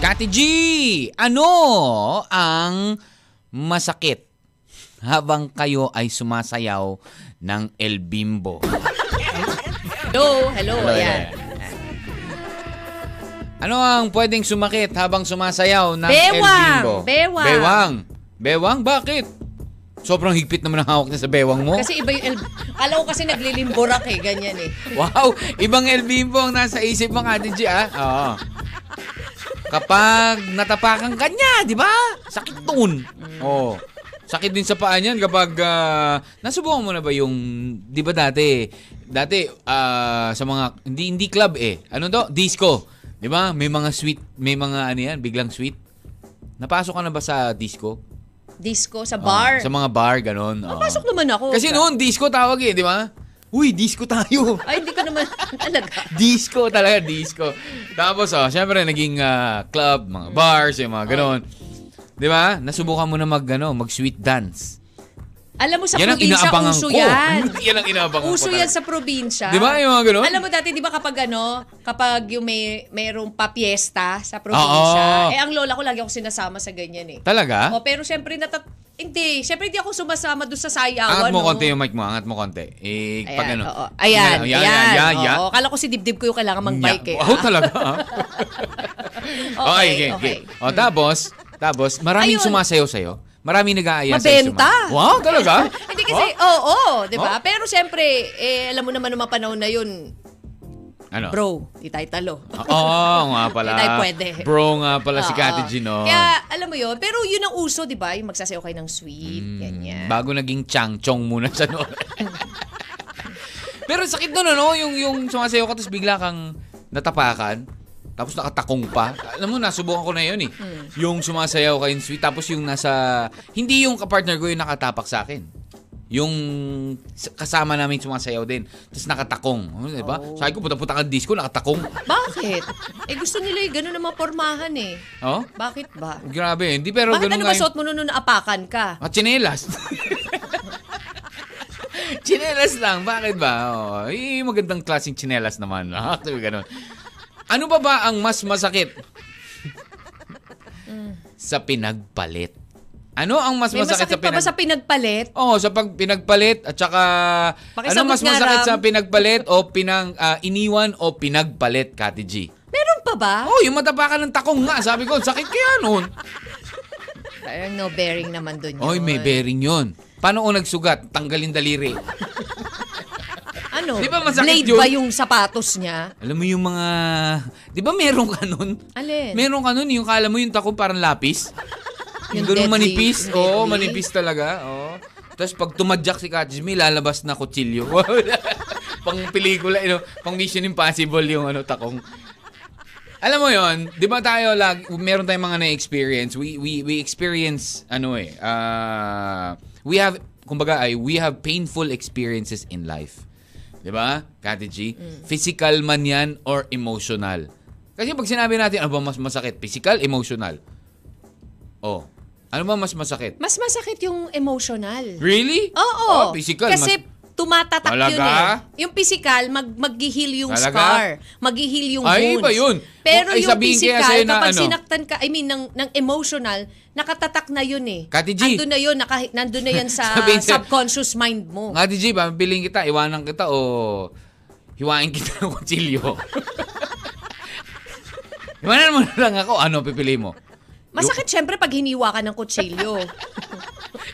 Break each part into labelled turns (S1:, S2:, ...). S1: Kati G, ano ang masakit habang kayo ay sumasayaw ng El Bimbo?
S2: Hello, hello, ayan.
S1: Ano ang pwedeng sumakit habang sumasayaw ng El
S2: Bewang!
S1: Bimbo?
S2: Bewang!
S1: Bewang! Bewang, bakit? Sobrang higpit naman ang hawak niya sa bewang mo.
S2: Kasi iba yung El... Alam ko kasi naglilimborak eh, ganyan eh.
S1: Wow! Ibang El Bimbo ang nasa isip mo, Kati G, ah. Oo. Kapag natapakan ka niya, di ba? Sakit doon. Oo. Sakit din sa paa niyan kapag ah, nasubukan mo na ba yung, di ba dati, dati ah, sa mga, hindi, hindi club eh. Ano to? Disco. Di ba? May mga sweet, may mga ano yan, biglang sweet. Napasok ka na ba sa disco?
S2: Disco
S1: Oo,
S2: sa
S1: Ah,
S2: bar.
S1: sa mga bar, ganon. oo.
S2: Pasok naman ako.
S1: Kasi noon, disco tawag eh, di ba? Uy, disco tayo.
S2: Ay, hindi ko naman talaga.
S1: Disco talaga, disco. Tapos, oh, syempre, naging ah, club, mga bars, yung mga ganon. Di ba? Nasubukan mo na mag, ano, mag-sweet dance.
S2: Alam mo sa
S1: yan ang
S2: probinsya,
S1: inaabangan
S2: uso
S1: ko.
S2: yan.
S1: yan ang inaabangan ko.
S2: Uso
S1: talaga.
S2: yan sa probinsya.
S1: Di ba? Yung mga ganun?
S2: Alam mo dati, di ba kapag ano, kapag yung may, mayroong papiesta sa probinsya,
S1: Oo.
S2: eh ang lola ko lagi ako sinasama sa ganyan eh.
S1: Ah, Talaga?
S2: O, pero syempre, natat hindi. Syempre, hindi ako sumasama doon sa sayawan.
S1: Angat mo
S2: no?
S1: konti yung mic mo, angat mo konti. Eh,
S2: Ayan,
S1: pag ano.
S2: oo. Ayan,
S1: Yan,
S2: ayan.
S1: yan, yan, yan.
S2: Oo, kala ko si Dibdib ko yung kailangan mag-bike eh.
S1: Nya- Wow, talaga. ah. okay, okay, okay. O, tapos, tapos, maraming
S2: Ayun.
S1: sumasayaw sa'yo. Maraming nag-aaya sa'yo.
S2: Mabenta.
S1: sumayaw. Wow, talaga?
S2: Hindi kasi, oo, di ba?
S1: Oh.
S2: Pero syempre, eh, alam mo naman nung mga panahon na yun,
S1: Wow. Ano?
S2: bro, di tayo talo.
S1: Oo oh, nga pala.
S2: Hindi tayo pwede.
S1: Bro nga pala si
S2: Oo.
S1: Kati G, no?
S2: Kaya, alam mo yun, pero yun ang uso, di ba? Yung magsasayaw kayo ng sweet,
S1: Mm.
S2: ganyan.
S1: Bago naging Chang Chong muna sa no. Pero sakit nun, ano? Yung, yung sumasayaw ka, tapos bigla kang natapakan. Tapos nakatakong pa. Alam mo, nasubukan ko na yun eh.
S2: Hmm.
S1: Yung sumasayaw ka in sweet, tapos yung nasa... Hindi yung kapartner ko yung nakatapak sa akin. Yung s- kasama namin sumasayaw din. Tapos nakatakong. Ano, Di ba?
S2: Oh.
S1: Sabi ko, puta-puta ka disco, nakatakong.
S2: Bakit? eh, gusto nila yung gano'n na mapormahan eh.
S1: Oh?
S2: Bakit ba?
S1: Grabe, hindi pero
S2: Bakit
S1: ganun
S2: ano
S1: nga
S2: ba
S1: yung-
S2: suot mo nun nung naapakan ka?
S1: Ah, chinelas. chinelas lang. Bakit ba? Oh, eh, magandang klaseng chinelas naman. Actually, ganun. Ano ba ba ang mas masakit? sa pinagpalit. Ano ang mas
S2: May
S1: masakit,
S2: masakit
S1: sa
S2: pa ba
S1: pinag...
S2: sa pinagpalit?
S1: Oo, sa pag pinagpalit at saka ano
S2: Pakisagot
S1: mas
S2: nga,
S1: masakit
S2: Ram.
S1: sa pinagpalit o pinang ah, iniwan o pinagpalit, Kati G?
S2: Meron pa ba?
S1: Oh, yung matapakan ng takong nga, sabi ko, sakit kaya nun.
S2: Parang no bearing naman dun yun.
S1: Oy, may bearing yun. Paano ko nagsugat? Tanggalin daliri.
S2: Ano?
S1: Di ba masakit
S2: Blade
S1: yun?
S2: ba yung sapatos niya?
S1: Alam mo yung mga... Di ba meron ka nun?
S2: Alin?
S1: Meron ka nun, yung kala mo yung takong parang lapis. Yung
S2: Yung
S1: ganun
S2: deadly-
S1: manipis.
S2: yung
S1: Oo,
S2: deadly.
S1: manipis talaga. Oo. Tapos pag tumadyak si Kajmi, lalabas na kutsilyo. pang pelikula, you know, pang Mission Impossible yung ano, takong. Alam mo yon, 'di ba tayo lag meron tayong mga na-experience. We we we experience ano eh. ah, we have kumbaga ay we have painful experiences in life. 'Di ba? Kati G,
S2: Mm.
S1: physical man 'yan or emotional. Kasi pag sinabi natin ano ba mas masakit, physical, emotional? Oh. Ano ba mas masakit?
S2: Mas masakit yung emotional.
S1: Really? Oh,
S2: Oo.
S1: physical.
S2: Kasi
S1: mas-
S2: tumatatak yun
S1: Talaga?
S2: eh. Yung physical, mag, mag-heal yung
S1: Talaga?
S2: scar. Mag-heal yung
S1: Ay, Ah,
S2: wounds.
S1: iba yun.
S2: Pero
S1: Ay,
S2: yung
S1: sabihin kaya
S2: physical,
S1: sa'yo na
S2: kapag
S1: ano?
S2: sinaktan ka, I mean, ng, ng emotional, nakatatak na yun eh.
S1: Kati G.
S2: Andun na yun, naka, nandun na yan sa
S1: Sabihin sa'yo-
S2: subconscious mind mo.
S1: Nga DJ, pampiling kita, iwanan kita o hiwain kita ng kutsilyo. iwanan mo na lang ako, ano pipili mo?
S2: Masakit syempre pag hiniwa ka ng kutsilyo.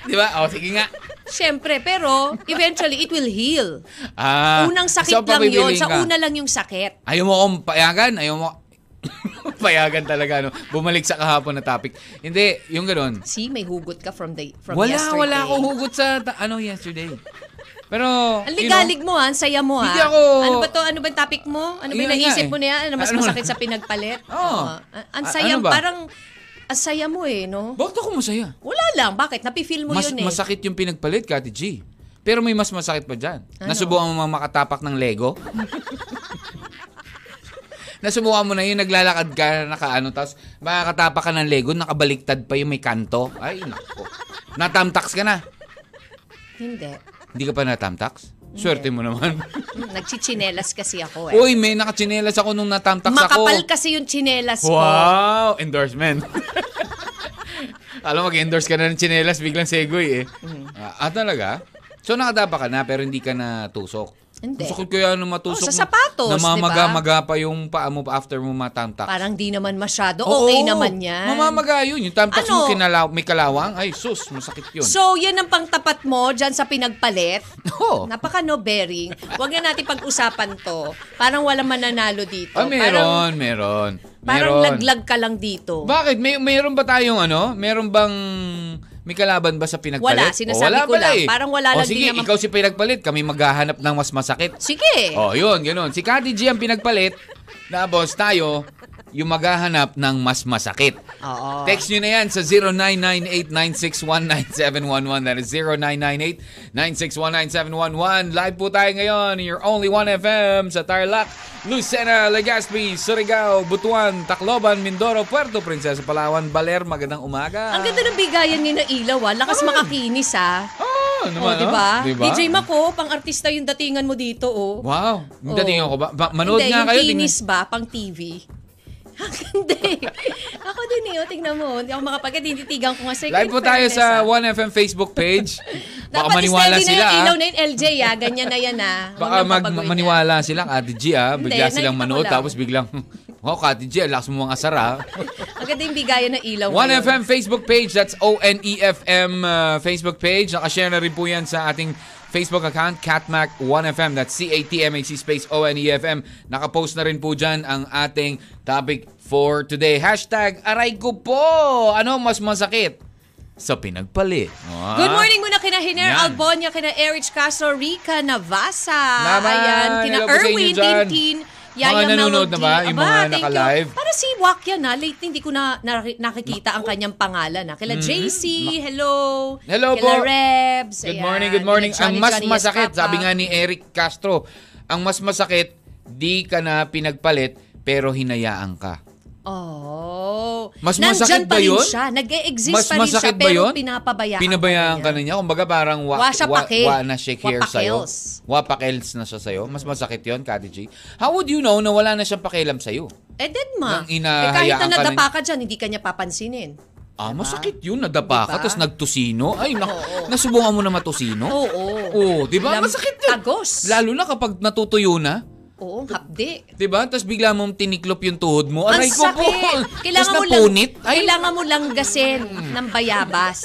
S1: Di ba? O, sige nga.
S2: syempre, pero eventually it will heal.
S1: Ah,
S2: Unang
S1: so,
S2: sakit lang yun.
S1: papipiliin
S2: Sa
S1: ka.
S2: una lang yung sakit.
S1: Ayaw mo akong payagan, ayaw mo... payagan talaga, ano? Bumalik sa kahapon na topic. Hindi, yung ganun.
S2: See, may hugot ka from the from
S1: Wala,
S2: yesterday.
S1: wala akong hugot sa, ta- ano, yesterday. Pero,
S2: Ang
S1: you
S2: ligalig mo ha, ang saya mo ha.
S1: Hindi ako-
S2: Ano ba to? Ano ba yung topic mo? Ano ba
S1: Yun
S2: yung
S1: nga
S2: naisip
S1: eh.
S2: mo na yan? Ano mas
S1: Ano?
S2: masakit sa pinagpalit?
S1: Oo.
S2: Oo. Ang
S1: A-
S2: saya,
S1: ano ba?
S2: parang Ang saya mo eh, no?
S1: Bakit ako masaya?
S2: Wala lang. Bakit? Napifeel mo
S1: Mas,
S2: yun eh.
S1: masakit yung pinagpalit, Kati G. Pero may mas masakit pa dyan.
S2: Ano?
S1: Nasubukan mo mga makatapak ng Lego. Nasubukan mo na yun, naglalakad ka, nakaano, tapos makakatapak ka ng Lego, nakabaliktad pa yung may kanto. Ay, nako. Natamtax ka na.
S2: Hindi.
S1: Hindi ka pa natamtax? Swerte mo naman.
S2: Mm, Nagchichinelas kasi ako eh.
S1: Uy, may nakachinelas ako nung natamtax ako.
S2: Makapal kasi yung chinelas ko.
S1: Wow! Endorsement. Alam, mag-endorse ka na ng chinelas, biglang segoy eh.
S2: Mm-hmm.
S1: Ah, ah, talaga? So nakadapa ka na pero hindi ka natusok?
S2: Hindi.
S1: Gusto ko kaya nung matusok.
S2: Oh, sa
S1: mo,
S2: sapatos,
S1: Namamaga-maga pa yung paa mo pa after mo matamtak.
S2: Parang di naman masyado. Okay
S1: Oo,
S2: naman yan.
S1: Mamamaga yun. Yung tamtax mo
S2: Ano?
S1: kinalaw, may kalawang. Ay, sus, masakit yun.
S2: So, yan ang pangtapat mo dyan sa pinagpalit.
S1: Oo.
S2: Napaka no bearing. Huwag na natin pag-usapan to. Parang walang mananalo dito.
S1: ah,
S2: oh,
S1: meron,
S2: Parang,
S1: meron.
S2: parang
S1: meron.
S2: laglag ka lang dito.
S1: Bakit? May, mayroon ba tayong ano? Meron bang may kalaban ba sa pinagpalit?
S2: Wala, sinasabi ko lang. Parang
S1: eh. O,
S2: wala lang
S1: sige,
S2: din naman-
S1: ikaw si pinagpalit. Kami maghahanap ng mas masakit.
S2: Sige.
S1: Oh, yun, ganun. Si Kati G ang pinagpalit. Naabos tayo yung maghahanap ng mas masakit.
S2: Oo.
S1: Text nyo na yan sa 0998-961-9711. That is 0998-961-9711. Live po tayo ngayon. Your only one FM sa Tarlac, Lucena, Legazpi, Surigao, Butuan, Tacloban, Mindoro, Puerto Princesa, Palawan, Baler. Magandang umaga.
S2: Ang ganda ng bigayan ni na ilaw ah. Lakas makakinis ah.
S1: Oh,
S2: Oh,
S1: naman,
S2: di ba?
S1: oh. Diba?
S2: DJ Mako, pang-artista yung datingan mo dito oh.
S1: Wow. Hindi
S2: Oo.
S1: tingnan ko ba? ba manood
S2: Oh. Hindi,
S1: nga
S2: yung
S1: kayo. tingnan-
S2: kinis ba? Pang TV? Hindi. eh. ako din eh. oh, Tingnan mo. Hindi ako makapag tinitigan ko nga sa ah.
S1: Live po tayo sa 1FM Facebook page. Baka maniwala
S2: steady
S1: sila.
S2: na yung
S1: ah.
S2: ilaw na yung LJ ah. Ganyan na yan ah. Huwag
S1: Baka
S2: nang
S1: mag
S2: papaguin
S1: maniwala sila, Ate G, ah.
S2: Hindi,
S1: Bigla silang
S2: nakita ko
S1: manood,
S2: lang.
S1: tapos biglang, oh, Ate G, lakas mo mga ah." asara.
S2: yan. Ang ganda yung bigayan ng ilaw.
S1: 1FM Facebook page, that's O-N-E-F-M uh, Facebook page. Nakashare na rin po yan sa ating Facebook account, Catmac 1FM. That's C-A-T-M-A-C space O-N-E-F-M. Nakapost na rin po dyan ang ating topic for today. Hashtag, aray ko po! Ano mas masakit? Sa pinagpalit. Ah.
S2: Good morning muna kina Hiner
S1: Yan.
S2: Albonia, kina Erich Castro, Rica Navasa.
S1: Naman,
S2: Ayan, kina
S1: hello po sa inyo
S2: Erwin
S1: dyan.
S2: Tintin.
S1: Mga
S2: Yaya
S1: nanonood na ba?
S2: Melody.
S1: Yung
S2: Aba,
S1: mga
S2: thank you.
S1: naka-live?
S2: Para si Wak yan ha. Late hindi ko na, na nakikita ang kanyang pangalan ha. Kila JC, hello.
S1: Mm-hmm. Hello
S2: kila
S1: po.
S2: Rebs.
S1: Good
S2: ayan.
S1: morning, good morning.
S2: Kila Johnny,
S1: ang mas
S2: Johnny, ah. yes,
S1: masakit,
S2: Papa.
S1: sabi nga ni Eric Castro, ang mas masakit, di ka na pinagpalit pero hinayaan ka.
S2: Oh.
S1: Mas
S2: Nandyan
S1: masakit ba
S2: pa rin
S1: yun?
S2: siya. Nag-e-exist
S1: Mas
S2: pa rin siya
S1: masakit ba
S2: pero
S1: yun?
S2: pinapabayaan.
S1: Pinabayaan ka na niya. Kumbaga parang wa,
S2: Wa siya
S1: wa,
S2: pake.
S1: wa na siya care
S2: Wa
S1: sa'yo.
S2: pakels.
S1: Wa pakels na siya sa'yo. Mas masakit yon Kati G. How would you know na wala na siyang pakialam sa'yo?
S2: Eh, dead ma.
S1: Nang inahayaan
S2: eh, kahit
S1: ka na-
S2: na nadapa ka dyan, hindi ka niya papansinin.
S1: Ah, masakit yun. Nadapa ka,
S2: Diba?
S1: tapos nagtusino. Ay, na, nasubukan mo na matusino?
S2: Oo.
S1: Oo, di ba?
S2: Lam-
S1: Masakit yun.
S2: Tagos.
S1: Lalo na kapag natutuyo na.
S2: Oo, hapdi.
S1: Di ba? Tapos bigla mong tiniklop yung tuhod mo. Oh,
S2: Ang
S1: Aray ko po.
S2: sakit. Kailangan
S1: Tapos
S2: mo lang,
S1: napunit. Ay, Hmm.
S2: kailangan mo langgasin ng bayabas.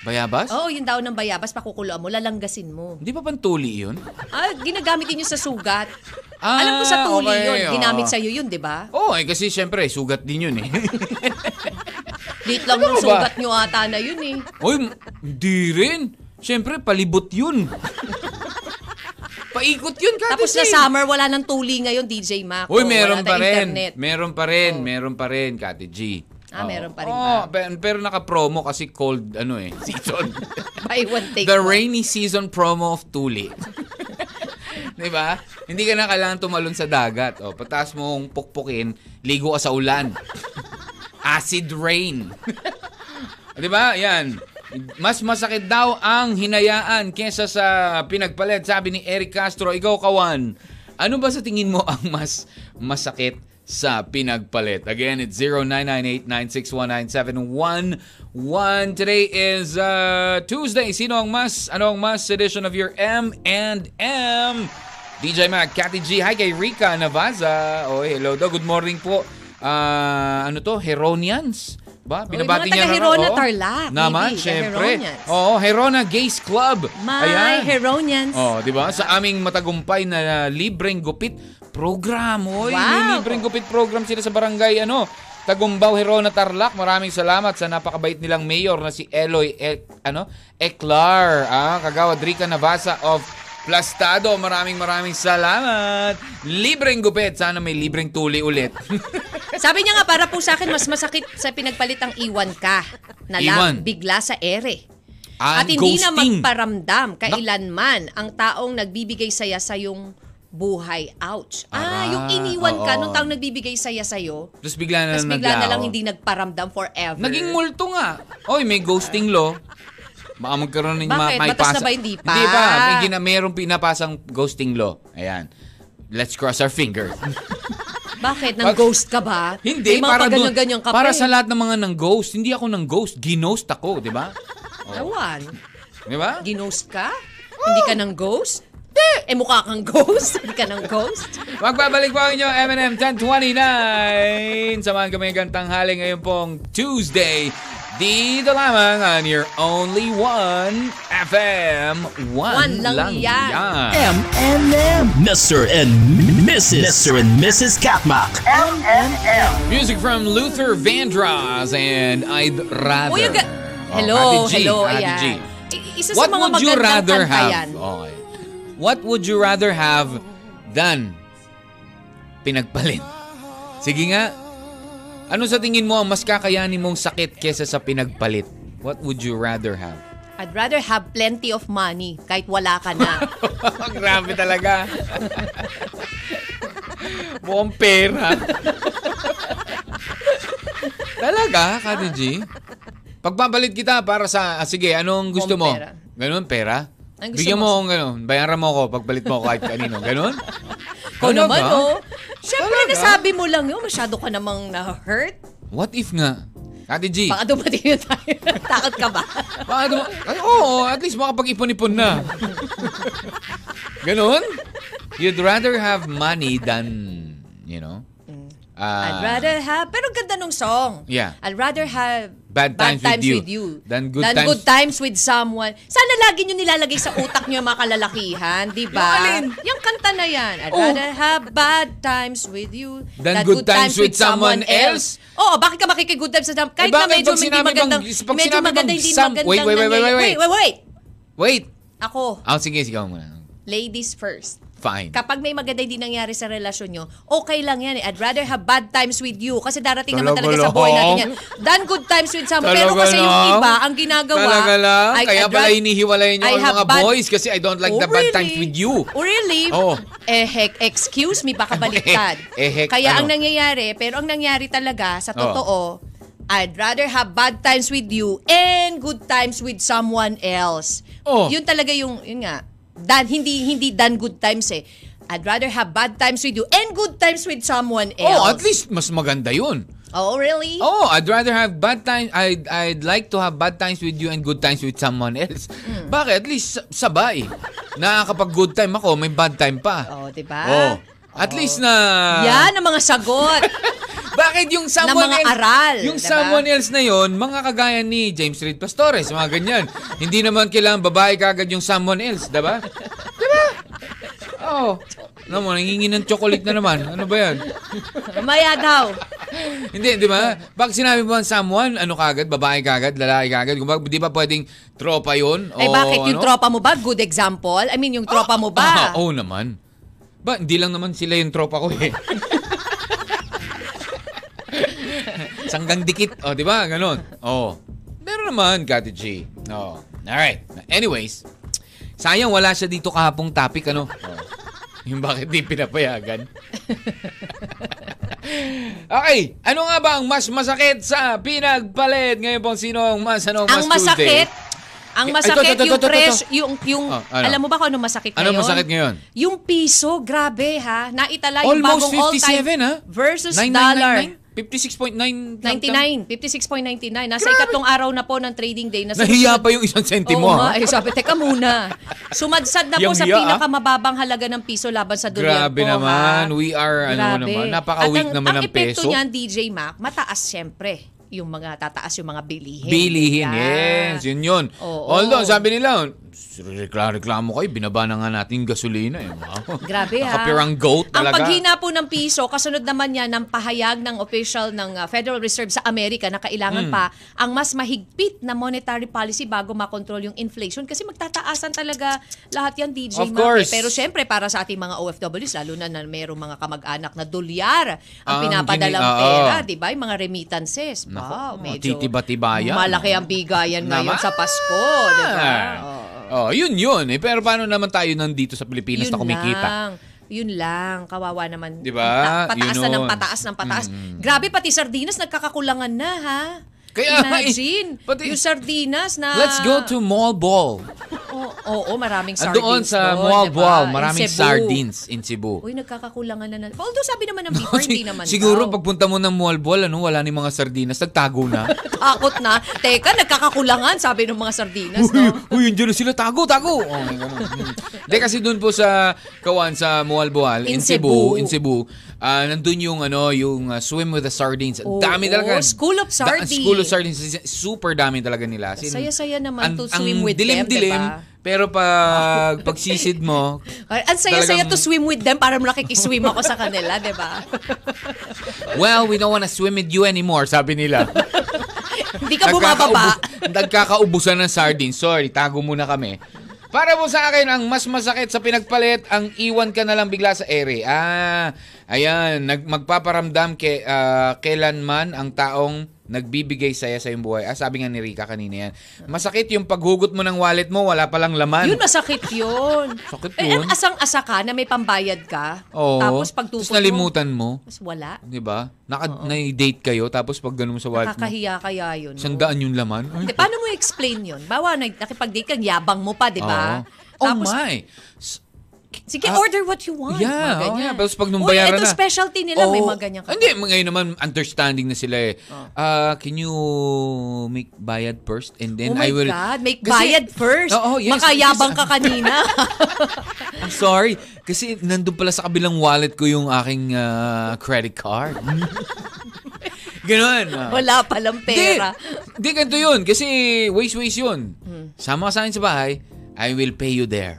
S1: Bayabas?
S2: Oo, yung daw ng bayabas, pakukuloan mo, lalanggasin mo.
S1: Hindi pa pantuli yun?
S2: Ah, ginagamit din yun sa sugat.
S1: Ah,
S2: Alam ko sa tuli
S1: okay, oh.
S2: yun.
S1: oo.
S2: Ginamit sa'yo yun, di ba?
S1: Oo, eh, kasi syempre, sugat din yun eh.
S2: Late lang
S1: Alam
S2: yung
S1: mo Ano ba?
S2: sugat nyo ata na yun eh.
S1: Uy, m- hindi rin. Syempre, palibot yun. Paikot yun, Kati
S2: Tapos na
S1: Jane.
S2: summer, wala nang tuli ngayon, DJ
S1: Ah,
S2: Mac.
S1: Uy,
S2: Oo,
S1: meron
S2: wala
S1: pa
S2: tayong
S1: rin.
S2: internet. Oh.
S1: Meron pa rin, meron pa rin, Kati G.
S2: Ah,
S1: Oo.
S2: meron pa rin
S1: Oo,
S2: ba?
S1: pe- pero naka-promo kasi cold, ano eh, season.
S2: Buy one, take
S1: The
S2: one.
S1: rainy season promo of Tuli. 'Di ba? Hindi ka na kailangan tumalon sa dagat. O, patas mong pukpukin, ligo ka sa ulan. Acid rain. 'Di ba? Yan. Mas masakit daw ang hinayaan kesa sa pinagpalit, sabi ni Eric Castro. Ikaw, Kawan, ano ba sa tingin mo ang mas masakit sa pinagpalit? Again, it's 0998-961-9711. Today is uh, Tuesday. Sino ang mas? Ano ang mas edition of your M&M? DJ Mac, Cathy G, hi kay Rica Navaza. Oh, hello daw. Good morning po. Ah, ano to? Heronians? Ba?
S2: yung
S1: Binabati niya
S2: mga taga
S1: na-
S2: Hirona,
S1: oo.
S2: Tarlac,
S1: Naman,
S2: maybe, the
S1: syempre.
S2: Heronians.
S1: Oo, Herona Gays Club.
S2: My Heronians.
S1: Oh, di ba? Sa aming matagumpay na libreng gupit program. Oy, may
S2: Wow.
S1: libreng gupit program sila sa barangay ano. Tagumbao Herona Tarlac. Maraming salamat sa napakabait nilang mayor na si Eloy E- ano? Eklar. Ah, kagawad Rica Navasa of Plastado, maraming maraming salamat. Libreng gupit. Sana may libreng tuli ulit.
S2: Sabi niya nga, para po sa akin, mas masakit sa pinagpalit ang iwan ka na
S1: Iwan.
S2: lang bigla sa ere.
S1: Ah,
S2: At hindi na
S1: ghosting.
S2: magparamdam kailanman ang taong nagbibigay saya sa yung buhay. Ouch. Ah,
S1: Ah,
S2: yung iniwan ka
S1: oo.
S2: nung taong nagbibigay saya sa'yo,
S1: Tapos bigla na
S2: tapos
S1: lang
S2: bigla na
S1: naglao.
S2: lang hindi nagparamdam forever.
S1: Naging multo nga. Oy, may ghosting law. Baka magkaroon ng ma-
S2: Bakit?
S1: may
S2: Batas na
S1: pasa-
S2: ba? Hindi pa.
S1: Hindi pa. May gina- mayroong pinapasang ghosting law. Ayan. Let's cross our finger.
S2: Bakit? Nang-ghost ka ba?
S1: hindi,
S2: May mga
S1: para doon-
S2: ganyan-ganyan ka pa
S1: Para
S2: eh.
S1: sa lahat ng mga nang ghost, hindi ako nang ghost, ginost ako, di ba?
S2: Ewan.
S1: Di ba?
S2: Ginost ka? Hindi ka ng ghost? Hindi. Eh, mukha kang ghost. Hindi ka ng ghost.
S1: Magbabalik po ang inyong M&M 1029. Samahan kami hanggang tanghali ngayon pong Tuesday. Dito lamang on your only one FM. One,
S2: One lang yan.
S3: M&M. Mr. and Mrs. Mr. and Mrs. Katmak.
S4: MNM.
S1: Music from Luther Vandross and I'd Rather.
S2: Uy, yung ga-
S1: Oh,
S2: hello,
S1: Ate G,
S2: hello,
S1: Ate
S2: ayan.
S1: G.
S2: I- isa
S1: What
S2: sa mga
S1: would you
S2: magandang
S1: rather
S2: kanta
S1: have?
S2: yan.
S1: Okay. What would you rather have than pinagpalit? Sige nga. Ano sa tingin mo ang mas kakayanin mong sakit kesa sa pinagpalit? What would you rather have?
S2: I'd rather have plenty of money kahit wala ka na.
S1: Grabe talaga. Mukhang pera. talaga, Kati G? Pagpapalit kita para sa, ah, sige, anong gusto mo?
S2: Mukhang pera.
S1: Ganun, pera?
S2: Ang gusto
S1: Bigyan
S2: mo-
S1: mo akong ganun. Bayaran mo ako pagpalit mo ako kahit kanino. Ganun? Ano
S2: Kung
S1: Talaga?
S2: naman, oh. Siyempre,
S1: Talaga?
S2: nasabi mo lang yun. Masyado ka namang na-hurt.
S1: What if nga? Kati G,
S2: Baka dumating na tayo. Takot ka ba?
S1: baka dum- Ay, oo, at least makapag-ipon-ipon na. ganun? You'd rather have money than, you know, ah,
S2: Mm. I'd rather have... Pero ang ganda nung song.
S1: Yeah.
S2: I'd rather have...
S1: Bad times with you than good times-
S2: with someone. Sana lagi nyo nilalagay sa utak nyo yung mga kalalakihan, di ba?
S1: Yung
S2: Yung kanta na yan. I'd
S1: Oh.
S2: rather have bad times with you
S1: Than good times with someone else.
S2: Oo, bakit ka makikigood times sa someone
S1: Eh,
S2: Kahit na
S1: bakit
S2: medyo
S1: pag
S2: hindi
S1: sinabi bang-
S2: magandang...
S1: pag
S2: medyo
S1: sinabi
S2: maganda,
S1: bang
S2: hindi
S1: some-
S2: magandang...
S1: Wait, wait, wait, wait,
S2: nangyayari.
S1: wait.
S2: wait, wait.
S1: Wait.
S2: Ako,
S1: Ah, sige, sige. Ako muna.
S2: ladies first.
S1: Fine.
S2: Kapag may maganda hindi nangyari sa relasyon nyo, okay lang yan eh. I'd rather have bad times with you kasi darating naman
S1: Talaga
S2: talaga sa buhay
S1: lang?
S2: natin yan. Than good times with someone. Pero
S1: Talaga
S2: kasi yung
S1: lang?
S2: iba, ang ginagawa...
S1: Talaga lang.
S2: I-
S1: Kaya
S2: I'd
S1: pala
S2: rather-
S1: inihiwalay niyo
S2: I
S1: ang
S2: have
S1: mga
S2: bad-
S1: boys kasi I don't like
S2: Oh,
S1: the bad
S2: really?
S1: times with you.
S2: Oh, really?
S1: Oo.
S2: Eh, heck, excuse me, baka baliktad.
S1: Eh, heck,
S2: Kaya ang
S1: ano? Oh.
S2: nangyayari, pero ang nangyari talaga, sa totoo, I'd rather have bad times with you and good times with someone else.
S1: Oh.
S2: Yun talaga yung, yun nga, dan, hindi, hindi dan good times eh. I'd rather have bad times with you and good times with someone else.
S1: Oh, at least mas maganda yun.
S2: Oh, really?
S1: Oh, I'd rather have bad times. I'd, I'd like to have bad times with you and good times with someone else.
S2: Hmm.
S1: Bakit? At least sa- sabay. na kapag good time ako, may bad time pa.
S2: Oh, di ba?
S1: Oh. At least na...
S2: Yan ang mga sagot.
S1: Bakit yung someone
S2: mga
S1: else,
S2: aral,
S1: yung
S2: diba?
S1: someone else na yon, mga kagaya ni James Reid Pastores, mga ganyan. Hindi naman kailangan babae kagad yung someone else, 'di ba? 'Di ba? Oh. Ano mo, nangingi ng chocolate na naman. Ano ba yan?
S2: Mamaya daw.
S1: Hindi, di ba? Pag sinabi mo ang someone, ano kagad, babae kagad, lalaki kagad. Kung bak- di ba pwedeng tropa yun? O
S2: Eh bakit? Yung
S1: ano?
S2: tropa mo ba? Good example? I mean, yung tropa mo
S1: Ah,
S2: ba?
S1: Oo naman. Ba, hindi lang naman sila yung tropa ko eh. Sanggang dikit. O, di ba? Ganon. Oo. Meron naman, Kati G. Oo. Alright. Anyways, sayang wala siya dito kahapong topic, ano? Oo. Yung bakit di pinapayagan. okay, ano nga ba ang mas masakit sa pinagpalit? Ngayon pong sino ang mas, ano,
S2: ang
S1: mas Tuesday?
S2: masakit, ang masakit
S1: Ito, ito, ito,
S2: yung
S1: ito, ito, ito.
S2: press, yung, yung,
S1: Oh, ano?
S2: alam mo ba kung ano masakit
S1: Ano
S2: ngayon?
S1: masakit ngayon?
S2: Yung piso, grabe ha. Naitala yung
S1: Almost ah.
S2: bagong all-time
S1: 57, ha?
S2: versus
S1: 9,999?
S2: dollar.
S1: 56.9
S2: 99, 56.99. Nasa
S1: Grabe.
S2: ikatlong araw na po ng trading day. Nasa
S1: Nahiya pa yung isang sentimo. ah.
S2: Oo
S1: ha?
S2: nga, eh, sabi, teka muna. Sumadsad na po
S1: Yang
S2: sa
S1: hiya, ah.
S2: pinakamababang halaga ng piso laban sa dolyar
S1: Grabe
S2: po,
S1: naman.
S2: ha?
S1: We are, ano naman, napaka-weak
S2: At ang,
S1: naman
S2: ang
S1: ng peso.
S2: epekto niyan, DJ Mac, mataas syempre yung mga tataas yung mga bilihin.
S1: Bilihin,
S2: Diba?
S1: yes. Yun yun.
S2: Oo.
S1: Although, sabi nila, Rekla- Reklamo kayo, binaba na nga natin yung gasolina eh. Wow.
S2: Grabe ha.
S1: Nakapirang goat
S2: Ang
S1: talaga.
S2: paghina po ng piso, kasunod naman niya ng pahayag ng official ng uh, Federal Reserve sa Amerika na kailangan
S1: Hmm.
S2: pa ang mas mahigpit na monetary policy bago makontrol yung inflation kasi magtataasan talaga lahat yan DJ
S1: Of
S2: Mac, eh.
S1: course.
S2: Pero syempre para sa ating mga OFWs lalo na na merong mga kamag-anak na dolyar ang
S1: Ah, Ang
S2: pinapadalang
S1: gini- oo.
S2: pera, 'di ba? Yung mga remittances.
S1: Nako,
S2: wow,
S1: mga
S2: medyo
S1: titiba-tibayan.
S2: Malaki ang bigayan
S1: Naman.
S2: ngayon sa Pasko, 'di ba? Oo.
S1: Oh, yun yun. Eh, pero paano naman tayo nandito sa Pilipinas na kumikita?
S2: Lang. Yun lang, kawawa naman.
S1: Di ba?
S2: Ta- Pataas
S1: Yun
S2: na ng
S1: nun.
S2: pataas ng pataas. Grabe, pati sardinas nagkakakulangan na, ha?
S1: Kaya,
S2: Imagine,
S1: eh, pati-
S2: yung sardinas na...
S1: Let's go to Mall Ball.
S2: Oo, oo, maraming
S1: At
S2: sardines
S1: doon sa
S2: doon,
S1: Mall
S2: di ba?
S1: Ball,
S2: In
S1: maraming
S2: Cebu.
S1: sardines in Cebu.
S2: Uy, nagkakakulangan na na. Although sabi naman ng people, hindi naman
S1: Siguro
S2: daw.
S1: pagpunta mo ng Mall Ball, ano, wala ni mga sardinas, nagtago na.
S2: Takot na. Teka, nagkakakulangan, sabi ng mga sardinas,
S1: Uy,
S2: no?
S1: uy, yun dyan sila, tago, tago. Oh, may ganun. Hmm. Hindi kasi doon po sa Kawan, sa Mualboal, in,
S2: In
S1: Cebu,
S2: Cebu.
S1: in Cebu, ah, nandun yung, ano, yung ah, swim with the sardines. Ang
S2: Oo,
S1: dami talaga.
S2: School of
S1: Da-
S2: Sardines.
S1: school of sardines. Super dami talaga nila. As in,
S2: Saya-saya naman
S1: ang-
S2: to swim
S1: ang
S2: with them,
S1: dilim-dilim,
S2: diba?
S1: Pero pag pagsisid mo,
S2: Ay, Ang saya-saya
S1: Talagang-
S2: to swim with them para nakikiswim ako sa kanila, diba? di ba?
S1: well, we don't wanna swim with you anymore, sabi nila.
S2: Hindi ka bumababa.
S1: Nagkakaubu- Nagkakaubusan ng sardines. Sorry, tago muna kami. Para po sa akin, ang mas masakit sa pinagpalit, ang iwan ka na lang bigla sa ere. Ah, ayan, nag, magpaparamdam ke, ah, kailan man ang taong nagbibigay saya sa iyong buhay. Ah, sabi nga ni Rika kanina yan. Masakit yung paghugot mo ng wallet mo, wala palang laman.
S2: Yun, masakit yun.
S1: Sakit
S2: Eh,
S1: yun.
S2: ang asang-asa ka na may pambayad ka.
S1: Oo. Tapos
S2: Tapos pagtupot
S1: nalimutan mo.
S2: mo, tapos wala.
S1: Di ba? Naka, na-date kayo, tapos pag ganun mo sa wallet mo,
S2: Nakakahiya kaya yun.
S1: isang
S2: no?
S1: daan yung laman. Ay,
S2: Hindi, paano mo explain yun? Bawa, nag- nakipag-date ka, yabang mo pa, di ba?
S1: oo. Oh
S2: Tapos,
S1: my! S-
S2: sige,
S1: Ah,
S2: order what you want.
S1: Yeah,
S2: mga
S1: oh
S2: ganyan.
S1: yeah. Tapos pag nung
S2: Uy,
S1: bayaran
S2: ito
S1: na.
S2: specialty nila, may
S1: Oo.
S2: mga ganyan ka. Oh.
S1: Hindi, ngayon naman understanding na sila eh. Ah, can you make bayad first and then
S2: oh my
S1: I will...
S2: God, make
S1: Kasi-
S2: bayad first.
S1: Oo, yes.
S2: Makayabang ka
S1: because-
S2: kanina.
S1: I'm sorry. Kasi nandun pala sa kabilang wallet ko yung aking ah, credit card. Ganun. ah.
S2: Wala palang pera.
S1: Hindi, hindi ganito yun. Kasi ways-ways yun.
S2: Hmm.
S1: Sama ka sa akin sa bahay, I will pay you there.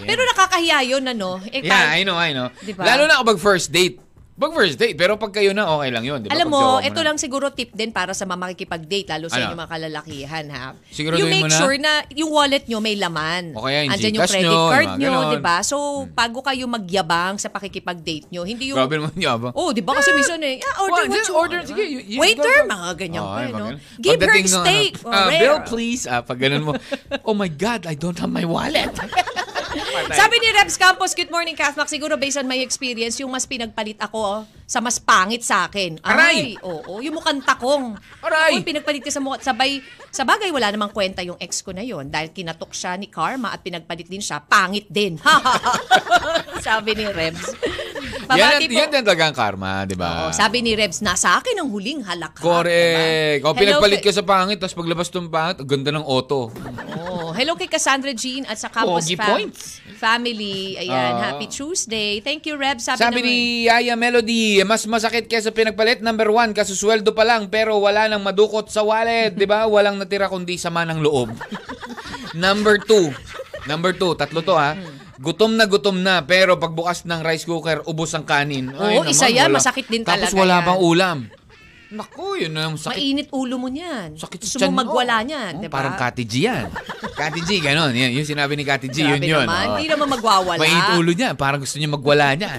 S2: Pero nakakahiya yun, ano? Eh,
S1: Yeah,
S2: kahit-
S1: I know, I know.
S2: Di ba?
S1: Lalo na kapag first date. Pag first date, pero pag kayo na, okay lang yun. Di ba?
S2: Alam
S1: Diba Pag
S2: mo,
S1: jowa
S2: ito
S1: na.
S2: lang siguro tip din para sa mga makikipag-date, lalo sa
S1: Ano?
S2: inyo mga kalalakihan, ha?
S1: Siguro
S2: you
S1: gawin
S2: make
S1: mo na?
S2: sure na yung wallet nyo may laman.
S1: O kaya yung
S2: Andyan
S1: Gcash
S2: credit
S1: nyo, yung
S2: card
S1: mga
S2: nyo,
S1: ganon. Hmm.
S2: di ba? So, bago kayo magyabang sa pakikipag-date nyo, hindi yung...
S1: Grabe naman yung yabang.
S2: Oh, di ba? Kasi minsan eh, ah, order
S1: Well,
S2: what
S1: just
S2: you
S1: order.
S2: want,
S1: Sige,
S2: di
S1: you-
S2: ba?
S1: you
S2: diba? Waiter,
S1: go-
S2: mga ganyan
S1: Oo,
S2: pa,
S1: eh,
S2: eh, no?
S1: mga ganun.
S2: Give her
S1: Pagdating ng ano,
S2: steak. or
S1: ah,
S2: rare.
S1: bill, please. Ah, pag ganun mo, oh my God, I don't have my wallet.
S2: Sabi ni Rebs Campos, good morning, Kathmak. Siguro based on my experience, yung mas pinagpalit ako oh, sa mas pangit sa akin.
S1: Aray!
S2: Oo, yung mukhang takong.
S1: Aray!
S2: Uy, pinagpalit ka sa mukha. Sabay, sa bagay, wala namang kwenta yung ex ko na yon dahil kinatok siya ni Karma at pinagpalit din siya. Pangit din. Sabi ni Rebs.
S1: yan,
S2: Pabati po.
S1: yan din talaga ang karma, di ba?
S2: Oo, sabi ni Rebs, nasa akin ang huling halakha.
S1: Correct.
S2: Diba?
S1: O, pinagpalit
S2: Hello,
S1: ka sa pangit, tapos paglabas ng pangit, ang ganda ng auto.
S2: Oh, hello kay Cassandra Jean at sa Campus
S1: Pogi
S2: fam-
S1: points.
S2: Family. Ayan,
S1: Ah.
S2: happy Tuesday. Thank you, Reb. Sabi,
S1: Sabi
S2: naman- eh.
S1: ni Yaya Melody, mas masakit kaysa pinagpalit. Number one, kasusweldo pa lang pero wala nang madukot sa wallet. di ba? Walang natira kundi sama ng loob. number two, number two, tatlo to ha. Gutom na gutom na pero pagbukas ng rice cooker, ubos ang kanin. Ay,
S2: Oo, isa yan, masakit din
S1: Tapos
S2: talaga
S1: wala
S2: yan.
S1: pang ulam. Naku, yun na yung sakit.
S2: Mainit ulo mo niyan.
S1: Sakit
S2: Gusto
S1: sa tiyan.
S2: mo magwala
S1: Oo.
S2: niyan,
S1: Oo,
S2: di ba?
S1: Parang Kati G yan. Kati G, ganun. Yan, yung sinabi ni Kati G, yun
S2: Grabe
S1: Oh, yun.
S2: naman.
S1: Oo.
S2: Hindi naman magwawala.
S1: Mainit ulo niya. Parang gusto niya magwala niya.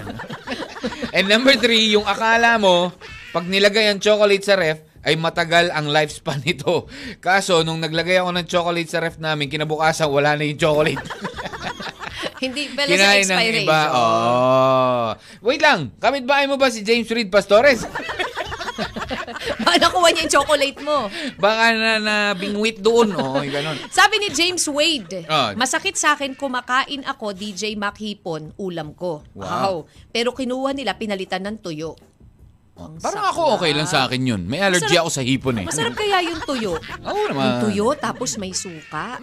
S1: And number three, yung akala mo, pag nilagay ang chocolate sa ref, ay matagal ang lifespan nito. Kaso, nung naglagay ako ng chocolate sa ref namin, kinabukasan, wala na yung chocolate.
S2: Hindi, pero sa
S1: Kinain ng
S2: expiration.
S1: iba. Oh. Wait lang, kapitbahay mo ba si James Reed Pastores?
S2: Baka nakuha niya yung chocolate mo.
S1: Baka na nabingwit doon. Oh, yung ganun.
S2: Sabi ni James Wade,
S1: Ah.
S2: masakit sa akin kumakain ako DJ Makhipon, ulam ko.
S1: Wow.
S2: Pero kinuha nila, pinalitan ng tuyo. Ang
S1: Parang
S2: sakit.
S1: ako okay lang sa akin yun. May allergy
S2: Masarap-
S1: ako sa hipon eh.
S2: Masarap kaya yung tuyo.
S1: Oo naman.
S2: Yung tuyo, tapos may suka.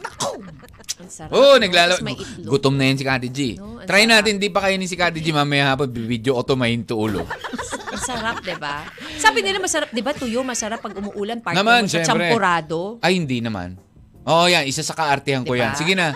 S2: Ang sarap.
S1: Oo, oh,
S2: no?
S1: naglalaro.
S2: Tapos may itlog.
S1: Gutom na yan si Kati G.
S2: No, ang
S1: Try
S2: sarap.
S1: natin, di pa kayo ni si Kati G mamaya hapon, bibidyo o tumahin to ulo.
S2: Ang sarap, di ba? Sabi nila masarap, di ba tuyo, masarap pag umuulan, partner
S1: Naman,
S2: mo siya,
S1: syempre.
S2: champurado.
S1: Ay, hindi naman. Oo, yan. Isa sa kaartihan ko yan.
S2: Diba?
S1: Sige na.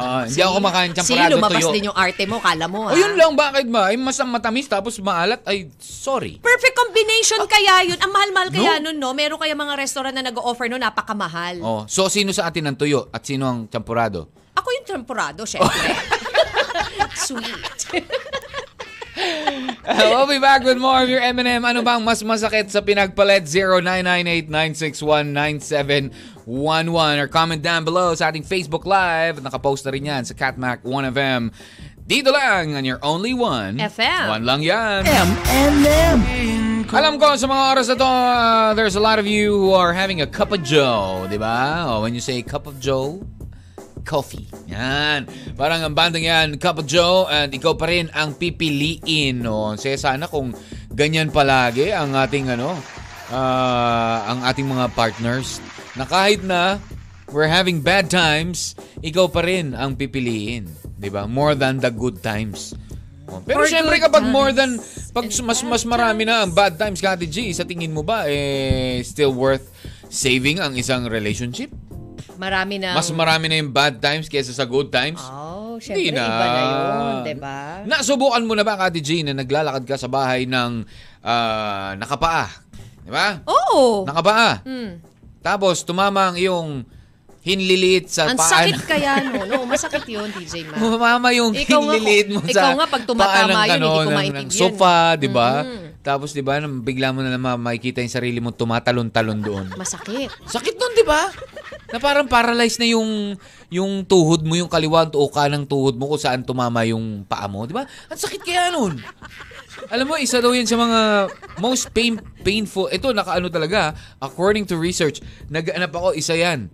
S1: Oo, hindi ako kumakain
S2: Sige,
S1: champarado
S2: lumabas
S1: tuyo.
S2: din yung arte mo, kala
S1: O
S2: mo ah.
S1: yun lang, bakit ba? Ay, masang matamis tapos maalat. Ay, sorry.
S2: Perfect combination kaya yun. Ang mahal-mahal kaya
S1: No?
S2: nun, no? Meron kaya mga restaurant na nag-o-offer nun, napakamahal.
S1: Oh, so sino sa atin ang tuyo at sino ang champurado?
S2: Ako yung temporado,
S1: Oh.
S2: syempre. Sweet.
S1: we'll be back with more of your M&M. Ano bang mas masakit sa pinagpalit? 0998-961-9711 or comment down below sa ating Facebook Live. At Nakapost na rin yan sa Catmac 1FM. Dito lang on your only one.
S2: FM.
S1: One lang yan.
S3: M&M.
S1: Alam ko sa mga oras na to, uh, there's a lot of you who are having a cup of joe, di ba? O, when you say cup of joe, coffee. Yan. Parang ang bandang yan, cup of joe, and ikaw pa rin ang pipiliin. No? Saya sana kung ganyan palagi ang ating ano, ah, ang ating mga partners na kahit na we're having bad times, ikaw pa rin ang pipiliin. Di ba? More than the good times. O, Pero
S2: For
S1: syempre
S2: good
S1: kapag
S2: times.
S1: more than pag su- mas mas marami na ang bad times, Kati G, sa tingin mo ba, eh, still worth saving ang isang relationship?
S2: Marami na.
S1: Mas marami na yung bad times kaysa sa good times?
S2: Oh,
S1: Hindi
S2: syempre, iba na yun, di ba?
S1: Nasubukan mo na ba, Kati G, na naglalakad ka sa bahay ng ah, nakapaa? Di ba?
S2: Oo.
S1: Nakapaa.
S2: Mm.
S1: Tapos tumama ang iyong hinlilit sa
S2: Ang
S1: paan.
S2: sakit kaya nun. No, masakit yun, DJ Ma.
S1: Mama yung
S2: Ikaw nga
S1: hinlilit
S2: kung-
S1: mo sa
S2: ikaw nga pag
S1: paa ng
S2: tumatama yun, hindi ko
S1: ng- ng
S2: maintindihan. eh.
S1: sofa, di ba?
S2: Mm.
S1: Tapos di ba, nang bigla mo na naman makikita yung sarili mo tumatalon-talon doon.
S2: Masakit.
S1: Sakit nun, di ba? Na parang paralyzed na yung yung tuhod mo, yung kaliwa o kanang tuhod mo kung saan tumama yung paa mo, di ba? Ang sakit kaya nun. Alam mo, isa daw yan sa mga most pain, painful. Ito, nakaano talaga, according to research, nagaanap ako, isa yan.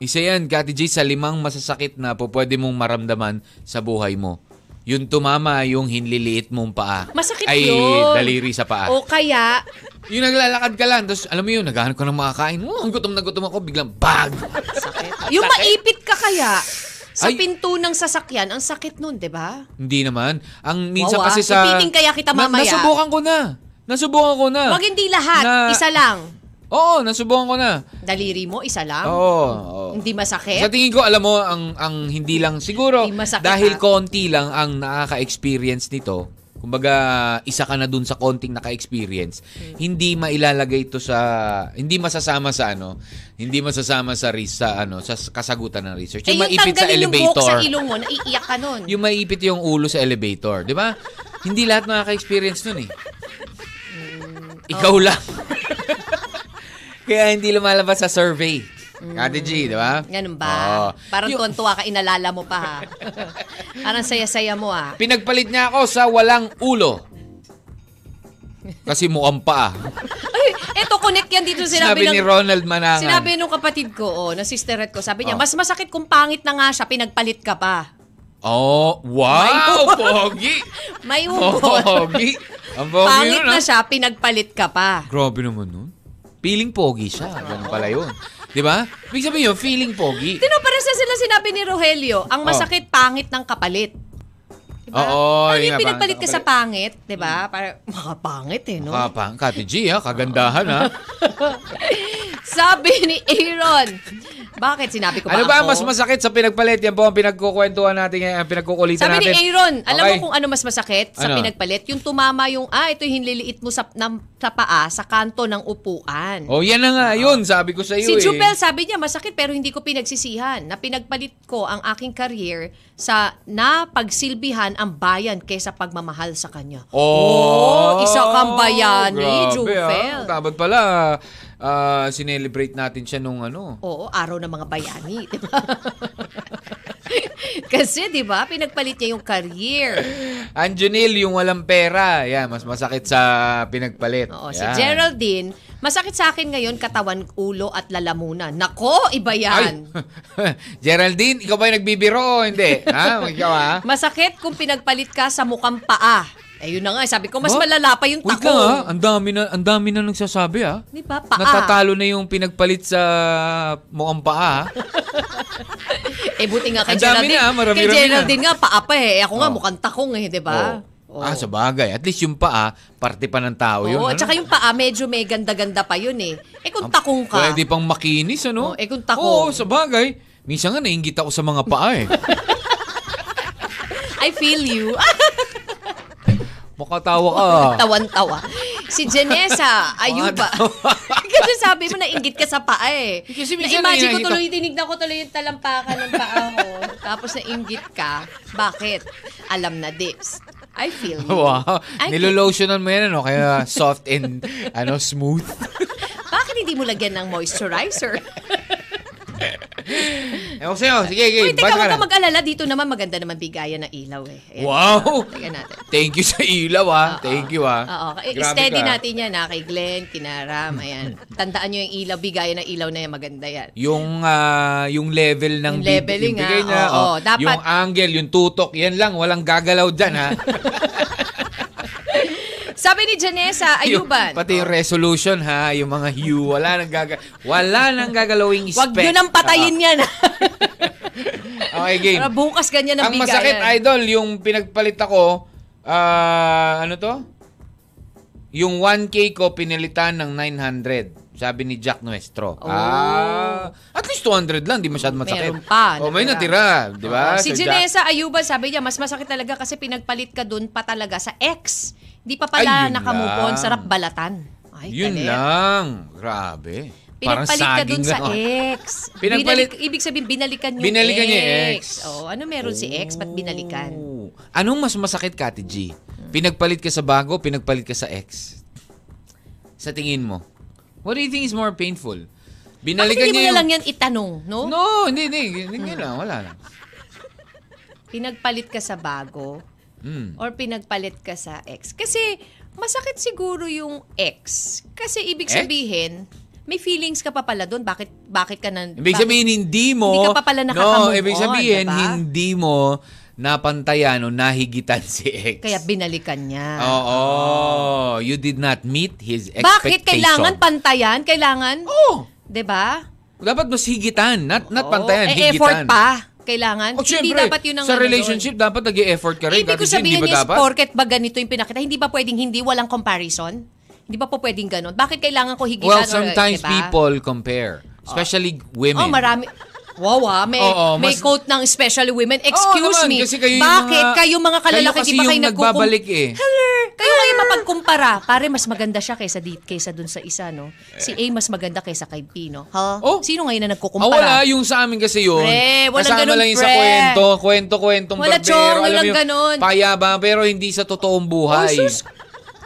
S1: Isa yan, Kati J, sa limang masasakit na po pwede mong maramdaman sa buhay mo. Yung tumama, yung hinliliit mong paa.
S2: Masakit
S1: Ay,
S2: yun.
S1: daliri sa paa.
S2: O kaya,
S1: Yung naglalakad ka lang, tapos alam mo yun, naghahanap ko ng makakain. Oh, ang gutom na gutom ako, biglang bag!
S2: yung maipit ka kaya sa
S1: Ay.
S2: pinto ng sasakyan, ang sakit nun, di ba?
S1: Hindi naman. Ang minsan
S2: Wow,
S1: kasi
S2: ah.
S1: sa...
S2: Ipiting kaya kita mamaya.
S1: nasubukan ko na. Nasubukan ko na.
S2: Wag hindi lahat,
S1: Ah, Na-
S2: isa lang.
S1: Oo, nasubukan ko na.
S2: Daliri mo, isa lang.
S1: Oo. oo.
S2: Hindi masakit.
S1: Sa tingin ko, alam mo, ang, ang hindi lang siguro,
S2: Hindi masakit,
S1: dahil
S2: ha?
S1: konti lang ang nakaka-experience nito, kumbaga isa ka na dun sa konting naka-experience, hindi mailalagay ito sa, hindi masasama sa ano, hindi masasama sa, re- sa ano, sa kasagutan ng research.
S2: eh, yung
S1: maipit sa
S2: tanggalin yung buhok
S1: elevator.
S2: sa ilong mo, naiiyak ka nun.
S1: Yung maiipit yung ulo sa elevator, di ba? Hindi lahat nakaka-experience nun eh.
S2: Mm. Oh.
S1: Ikaw lang. Kaya hindi lumalabas sa survey. Kati G, di ba?
S2: Mm. Ganun ba?
S1: Oo.
S2: Parang
S1: Yung-
S2: tuwan-tuwa ka, inalala mo pa ha. Parang saya-saya mo ha.
S1: Pinagpalit niya ako sa walang ulo. Kasi mukhang pa. ah.
S2: Ay, eto, connect yan dito. Sinabi,
S1: Sinabi ni
S2: ng-
S1: Ronald Manangan.
S2: Sinabi nung kapatid ko, oh, na sisterette ko, sabi niya,
S1: Oh.
S2: mas masakit kung pangit na nga siya, pinagpalit ka pa.
S1: Oh,
S2: May
S1: wow!
S2: hugot.
S1: Pogi!
S2: May
S1: Oh,
S2: hugot.
S1: Pogi! Ang pogi
S2: pangit
S1: nun, ah.
S2: na siya, pinagpalit ka pa.
S1: Grabe naman nun. Feeling pogi siya. Ganun pala yun. Di ba? Ibig sabihin yun, feeling pogi.
S2: Tino, parang sa sila sinabi ni Rogelio, ang masakit, pangit ng kapalit. Diba?
S1: Oh. Oo, yun
S2: Ano
S1: nga,
S2: yung pinagpalit
S1: pangit
S2: ka
S1: ng
S2: sa pangit, di ba? Parang, makapangit eh, no?
S1: Kapang, Ah, Kati G, ha? Kagandahan, ah. ha?
S2: Sabi ni Aaron, bakit sinabi ko ba
S1: Ano ba ang mas
S2: ako?
S1: masakit sa pinagpalit? Yan po ang pinagkukwentuhan natin ngayon, ang pinagkukulitan natin.
S2: Sabi ni Aaron, alam
S1: Okay.
S2: mo kung ano mas masakit sa
S1: Ano?
S2: pinagpalit? Yung tumama yung, ah, ito yung hinliliit mo sa, ng, sa paa sa kanto ng upuan.
S1: Oh, yan na nga, yun. Sabi ko sa iyo,
S2: Si
S1: eh.
S2: Jubel sabi niya, masakit pero hindi ko pinagsisihan na pinagpalit ko ang aking career sa napagsilbihan ang bayan kaysa pagmamahal sa kanya.
S1: Oh,
S2: isa kang bayani,
S1: grabe,
S2: Jubel.
S1: ah. Dapat pala, ah, sinelebrate natin siya nung ano.
S2: Oo, araw ng mga bayani, di ba? Kasi, di ba, pinagpalit niya yung career.
S1: Anjonil, yung walang pera. Yan, mas masakit sa pinagpalit.
S2: Oo, si
S1: Yan.
S2: Geraldine, masakit sa akin ngayon katawan, ulo at lalamunan. Nako, iba yan.
S1: Ay, Geraldine, ikaw ba yung nagbibiro o hindi? ha? Ikaw ha?
S2: Masakit kung pinagpalit ka sa mukhang paa. Eh, yun na nga, sabi ko, mas
S1: Ba?
S2: malala pa yung
S1: Wait lang ha,
S2: takong.
S1: ang dami na, ang dami na nagsasabi ha.
S2: Di ba, paa?
S1: ah. Natatalo na yung pinagpalit sa mukhang paa. ha?
S2: Eh, buti nga kay
S1: Ang dami
S2: Geraldine.
S1: na, ah. marami-rami
S2: kay
S1: na.
S2: Geraldine nga, paa pa eh. Ako nga,
S1: Oh.
S2: mukhang takong eh, di ba?
S1: Oo.
S2: Oo.
S1: Ah, sa bagay. At least yung paa, parte pa ng tao yun.
S2: Oo,
S1: ano?
S2: Oh, at saka yung paa, medyo may ganda-ganda pa yun eh. Eh kung takong ka.
S1: Pwede pang makinis, ano?
S2: Oh, eh, kung
S1: Oo,
S2: tako.
S1: sa bagay. Minsan nga, nainggit ako sa mga paa eh.
S2: I feel you.
S1: Makatawa ka.
S2: Tawan-tawa. Si Janessa Ayuba. Kasi sabi mo, nainggit ka sa paa eh.
S1: Kasi minsan
S2: Na-imagine ko
S1: nainggit
S2: tuloy, tinignan ko tuloy yung talampakan ng paa ko. Tapos nainggit ka. Bakit? Alam na, Dips. I feel you.
S1: Wow.
S2: I feel-
S1: Nilolotionan mo yan, ano? Kaya soft and, ano, smooth.
S2: Bakit hindi mo lagyan ng
S1: Ewan
S2: moisturizer?
S1: ko Eh, sa'yo. Sige, sige.
S2: Uy,
S1: basa ka
S2: teka, huwag
S1: na.
S2: ka mag-alala. Dito naman maganda naman bigayan ng ilaw eh. Ayan.
S1: Wow!
S2: Tingnan natin.
S1: Thank you sa ilaw ah.
S2: Oo.
S1: Thank you ah.
S2: Oo. Eh,
S1: Grabe
S2: Steady
S1: ka.
S2: natin yan ha. Kay Glenn, Kinaram, ayan. Tandaan nyo yung ilaw. Bigayan ng ilaw na yan. Maganda yan.
S1: Yung ah, yung level ng
S2: Yung
S1: bib-
S2: leveling,
S1: yung bigay
S2: ah.
S1: niya,
S2: Oo,
S1: oh.
S2: dapat-
S1: yung angle, yung tutok, yan lang, walang gagalaw diyan ha.
S2: Sabi ni Janessa
S1: Yung-
S2: Ayuban.
S1: pati yung resolution ha, yung mga hue, wala nang gaga wala nang gagalawing spec.
S2: Wag nyo nang patayin yan.
S1: Ah, okay, game.
S2: Para bukas ganyan ang,
S1: Ang masakit
S2: bigayan.
S1: idol, yung pinagpalit ako ah, ano to? Yung 1K ko pinilitan ng 900. Sabi ni Jack Nuestro.
S2: Oh.
S1: Ah, at least 200 lang, di masyadong masakit.
S2: Meron pa,
S1: Oh, may
S2: natira.
S1: natira, di ba?
S2: si
S1: Sir Jack?
S2: Janessa Ayuban, sabi niya, mas masakit talaga kasi pinagpalit ka dun pa talaga sa ex. Hindi pa
S1: Ay,
S2: pala
S1: yun
S2: nakamupon.
S1: lang.
S2: Sarap balatan. Ay,
S1: Yun
S2: galit.
S1: lang. Grabe. Parang
S2: Pinagpalit ka
S1: saging
S2: dun sa
S1: lang.
S2: ex.
S1: Pinagpalit-
S2: Binalik- ibig sabihin, binalikan yung
S1: Binalikan
S2: ex.
S1: niya yung ex.
S2: Oh, ano meron si ex? Ba't binalikan?
S1: Oh. Anong mas masakit, Kati G? Pinagpalit ka sa bago, pinagpalit ka sa ex? Sa tingin mo? What do you think is more painful?
S2: Bakit
S1: Binalikan niya
S2: hindi mo na
S1: yung...
S2: lang yan itanong, no?
S1: No, hindi, hindi. Hindi lang, wala lang.
S2: Pinagpalit ka sa bago
S1: Mm.
S2: or pinagpalit ka sa ex? Kasi masakit siguro yung ex. Kasi ibig
S1: Ex?
S2: sabihin, may feelings ka pa pala doon. Bakit, bakit ka na...
S1: Ibig
S2: bakit-
S1: sabihin, hindi mo...
S2: Hindi ka pa pala
S1: No,
S2: nakakamove
S1: ibig
S2: on,
S1: sabihin,
S2: diba?
S1: hindi mo napantayan o nahigitan si ex.
S2: Kaya binalikan niya.
S1: Oo. You did not meet his Oh, expectation.
S2: Bakit? Kailangan pantayan? Kailangan?
S1: Oo.
S2: 'Di ba?
S1: Dapat mas higitan, not, not
S2: Oo.
S1: pantayan,
S2: Eh,
S1: higitan.
S2: effort pa. Kailangan.
S1: Oh,
S2: hindi
S1: syempre,
S2: dapat yun ang
S1: Sa
S2: ano doon.
S1: relationship, dapat nag effort ka rin.
S2: Ibig ko
S1: Kasi
S2: sabihin
S1: hindi ba
S2: is,
S1: dapat?
S2: porket ba ganito yung pinakita, hindi ba pwedeng hindi, walang comparison? Hindi ba po pwedeng ganun? Bakit kailangan ko higitan?
S1: Well,
S2: or,
S1: sometimes
S2: diba?
S1: people compare. Especially women.
S2: Oh, marami. Wow, ah, may,
S1: Oo,
S2: may
S1: mas-
S2: quote ng especially women. Excuse
S1: naman,
S2: me,
S1: kasi kayo yung
S2: bakit
S1: mga-
S2: kayo mga
S1: kayo
S2: kalalaki,
S1: kasi
S2: di ba kayo
S1: yung
S2: nagkukum-
S1: nagbabalik eh.
S2: Hello, Kayo kayo mapagkumpara. Pare, mas maganda siya kaysa, dit, kaysa dun sa isa, no? Si A mas maganda kaysa kay B, no? Huh?
S1: Oh.
S2: Sino ngayon
S1: Ah, wala.
S2: na nagkukumpara?
S1: Yung sa amin kasi yun.
S2: Pre, walang
S1: kasama
S2: ganun,
S1: lang yung sa
S2: pre.
S1: kwento. Kwento-kwentong
S2: Wala,
S1: barbero.
S2: chong,
S1: alam
S2: walang
S1: mo yun,
S2: ganun.
S1: Payabang, pero hindi sa totoong buhay.
S2: Oh, sus.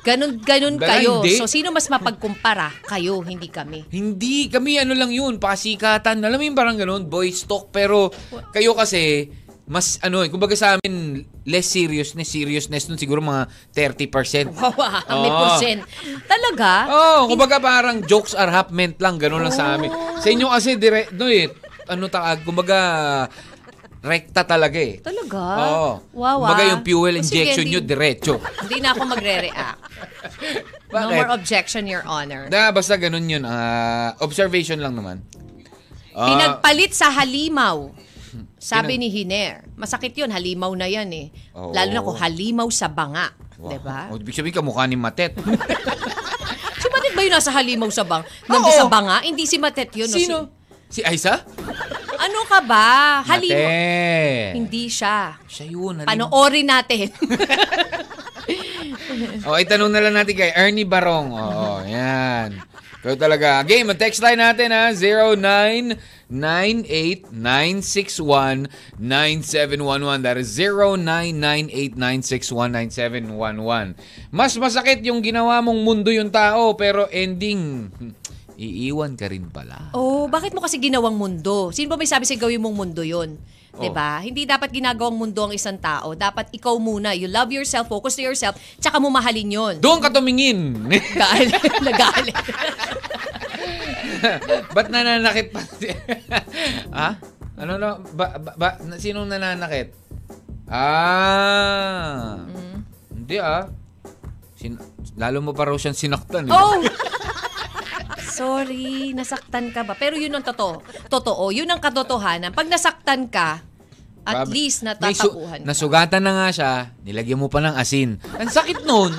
S2: Ganun, ganun
S1: Wala,
S2: kayo.
S1: hindi.
S2: So, sino mas mapagkumpara? Kayo, hindi kami.
S1: Hindi, kami ano lang yun, pasikatan. Alam mo yung parang ganun, boys talk. Pero kayo kasi, mas ano eh, kumbaga sa amin, less seriousness, seriousness nun siguro mga 30%.
S2: Wow, ah, may
S1: Oo.
S2: percent. Talaga?
S1: Oo, oh, kumbaga parang jokes are half meant lang, ganun lang sa amin. Sa inyo kasi, dire, no eh, ano taag, kumbaga, rekta talaga eh.
S2: Talaga?
S1: Oo.
S2: Wow,
S1: Kumbaga
S2: ah.
S1: yung fuel
S2: O, sige,
S1: injection
S2: hindi-
S1: nyo, diretso.
S2: Hindi na ako magre-react. No
S1: Bakit?
S2: more objection, Your Honor.
S1: Na, basta ganun yun. ah, observation lang naman. Ah,
S2: Pinagpalit sa halimaw.
S1: Pinag-
S2: Sabi ni Hiner, masakit yun, halimaw na yan eh.
S1: Oo.
S2: Lalo na kung halimaw sa banga.
S1: wow.
S2: Diba?
S1: Oh, ibig sabihin kamukha ni Matet.
S2: So, bakit ba yun nasa halimaw sa banga? Nandun
S1: Oo.
S2: sa banga? Hindi si Matet yun. no?
S1: Sino? Ano, Si Aiza?
S2: Si- ano ka ba? Halimaw.
S1: Matet.
S2: Hindi siya.
S1: Siya yun. halim-
S2: Panoorin natin.
S1: Oh, itanong na lang natin kay Ernie Barong. Oo, oh, yan. Kayo talaga. Game, ang text line natin ha, 0998-961-9711. That is 0998-961-9711. Mas masakit yung ginawa mong mundo yung tao, pero ending, iiwan ka rin pala.
S2: Oh, bakit mo kasi ginawang mundo? Sino ba may sabi sa gawin mong mundo yun?
S1: Oh.
S2: 'Di ba? Hindi dapat ginagawang mundo ang isang tao. Dapat ikaw muna. You love yourself, focus to yourself, tsaka mo mahalin yun.
S1: Doon ka tumingin.
S2: Galit. Nagalit.
S1: Ba't nananakit pa? ha? Ano na? Ba, ba, ba, na- sinong nananakit? Ah.
S2: Mm.
S1: Hindi ah. Sin, lalo mo pa raw siyang sinaktan. eh.
S2: Oh! Sorry, nasaktan ka ba? Pero yun ang totoo. Totoo, yun ang katotohanan. Pag nasaktan ka, At
S1: Grabe.
S2: least
S1: May su-
S2: natatakuhan.
S1: Nasugatan na nga siya, nilagyan mo pa ng asin. Ang sakit nun.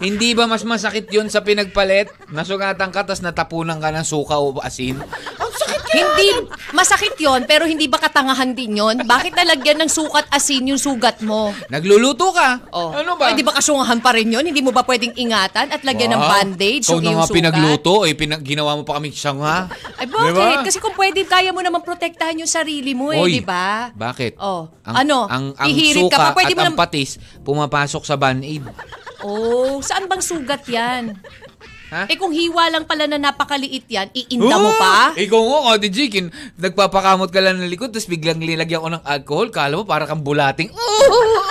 S1: Hindi ba mas masakit yun sa pinagpalit? Nasugatan ka, tas natapunan ka ng suka o asin? Ang sakit yun!
S2: hindi, masakit yon pero hindi ba katangahan din yon? Bakit nalagyan ng sukat asin yung sugat mo?
S1: Nagluluto ka.
S2: Oh.
S1: Ano ba?
S2: Pwede ba kasungahan pa rin yun? Hindi mo ba pwedeng ingatan at lagyan ng
S1: Wow.
S2: bandage
S1: Ikaw
S2: yung
S1: na
S2: iyong
S1: nga
S2: sugat?
S1: pinagluto, eh, pinag- ginawa mo pa kami siyanga.
S2: Ay, bakit? Kasi kung pwede, kaya mo naman protektahan yung sarili mo eh, di ba?
S1: Bakit?
S2: Oh,
S1: Ang,
S2: ano?
S1: Ang, ang
S2: Hihirit
S1: suka
S2: ka pa, pwede
S1: at
S2: mo
S1: ang
S2: nam-
S1: patis, pumapasok sa band-aid.
S2: Oh, saan bang sugat yan?
S1: Ha?
S2: Eh kung hiwa lang pala na napakaliit yan, iinda mo
S1: Oo!
S2: pa?
S1: Ikaw nga, Ate G, kin, nagpapakamot ka lang ng likod, tapos biglang nilagyan ko ng alcohol, kala mo para kang bulating. Oh,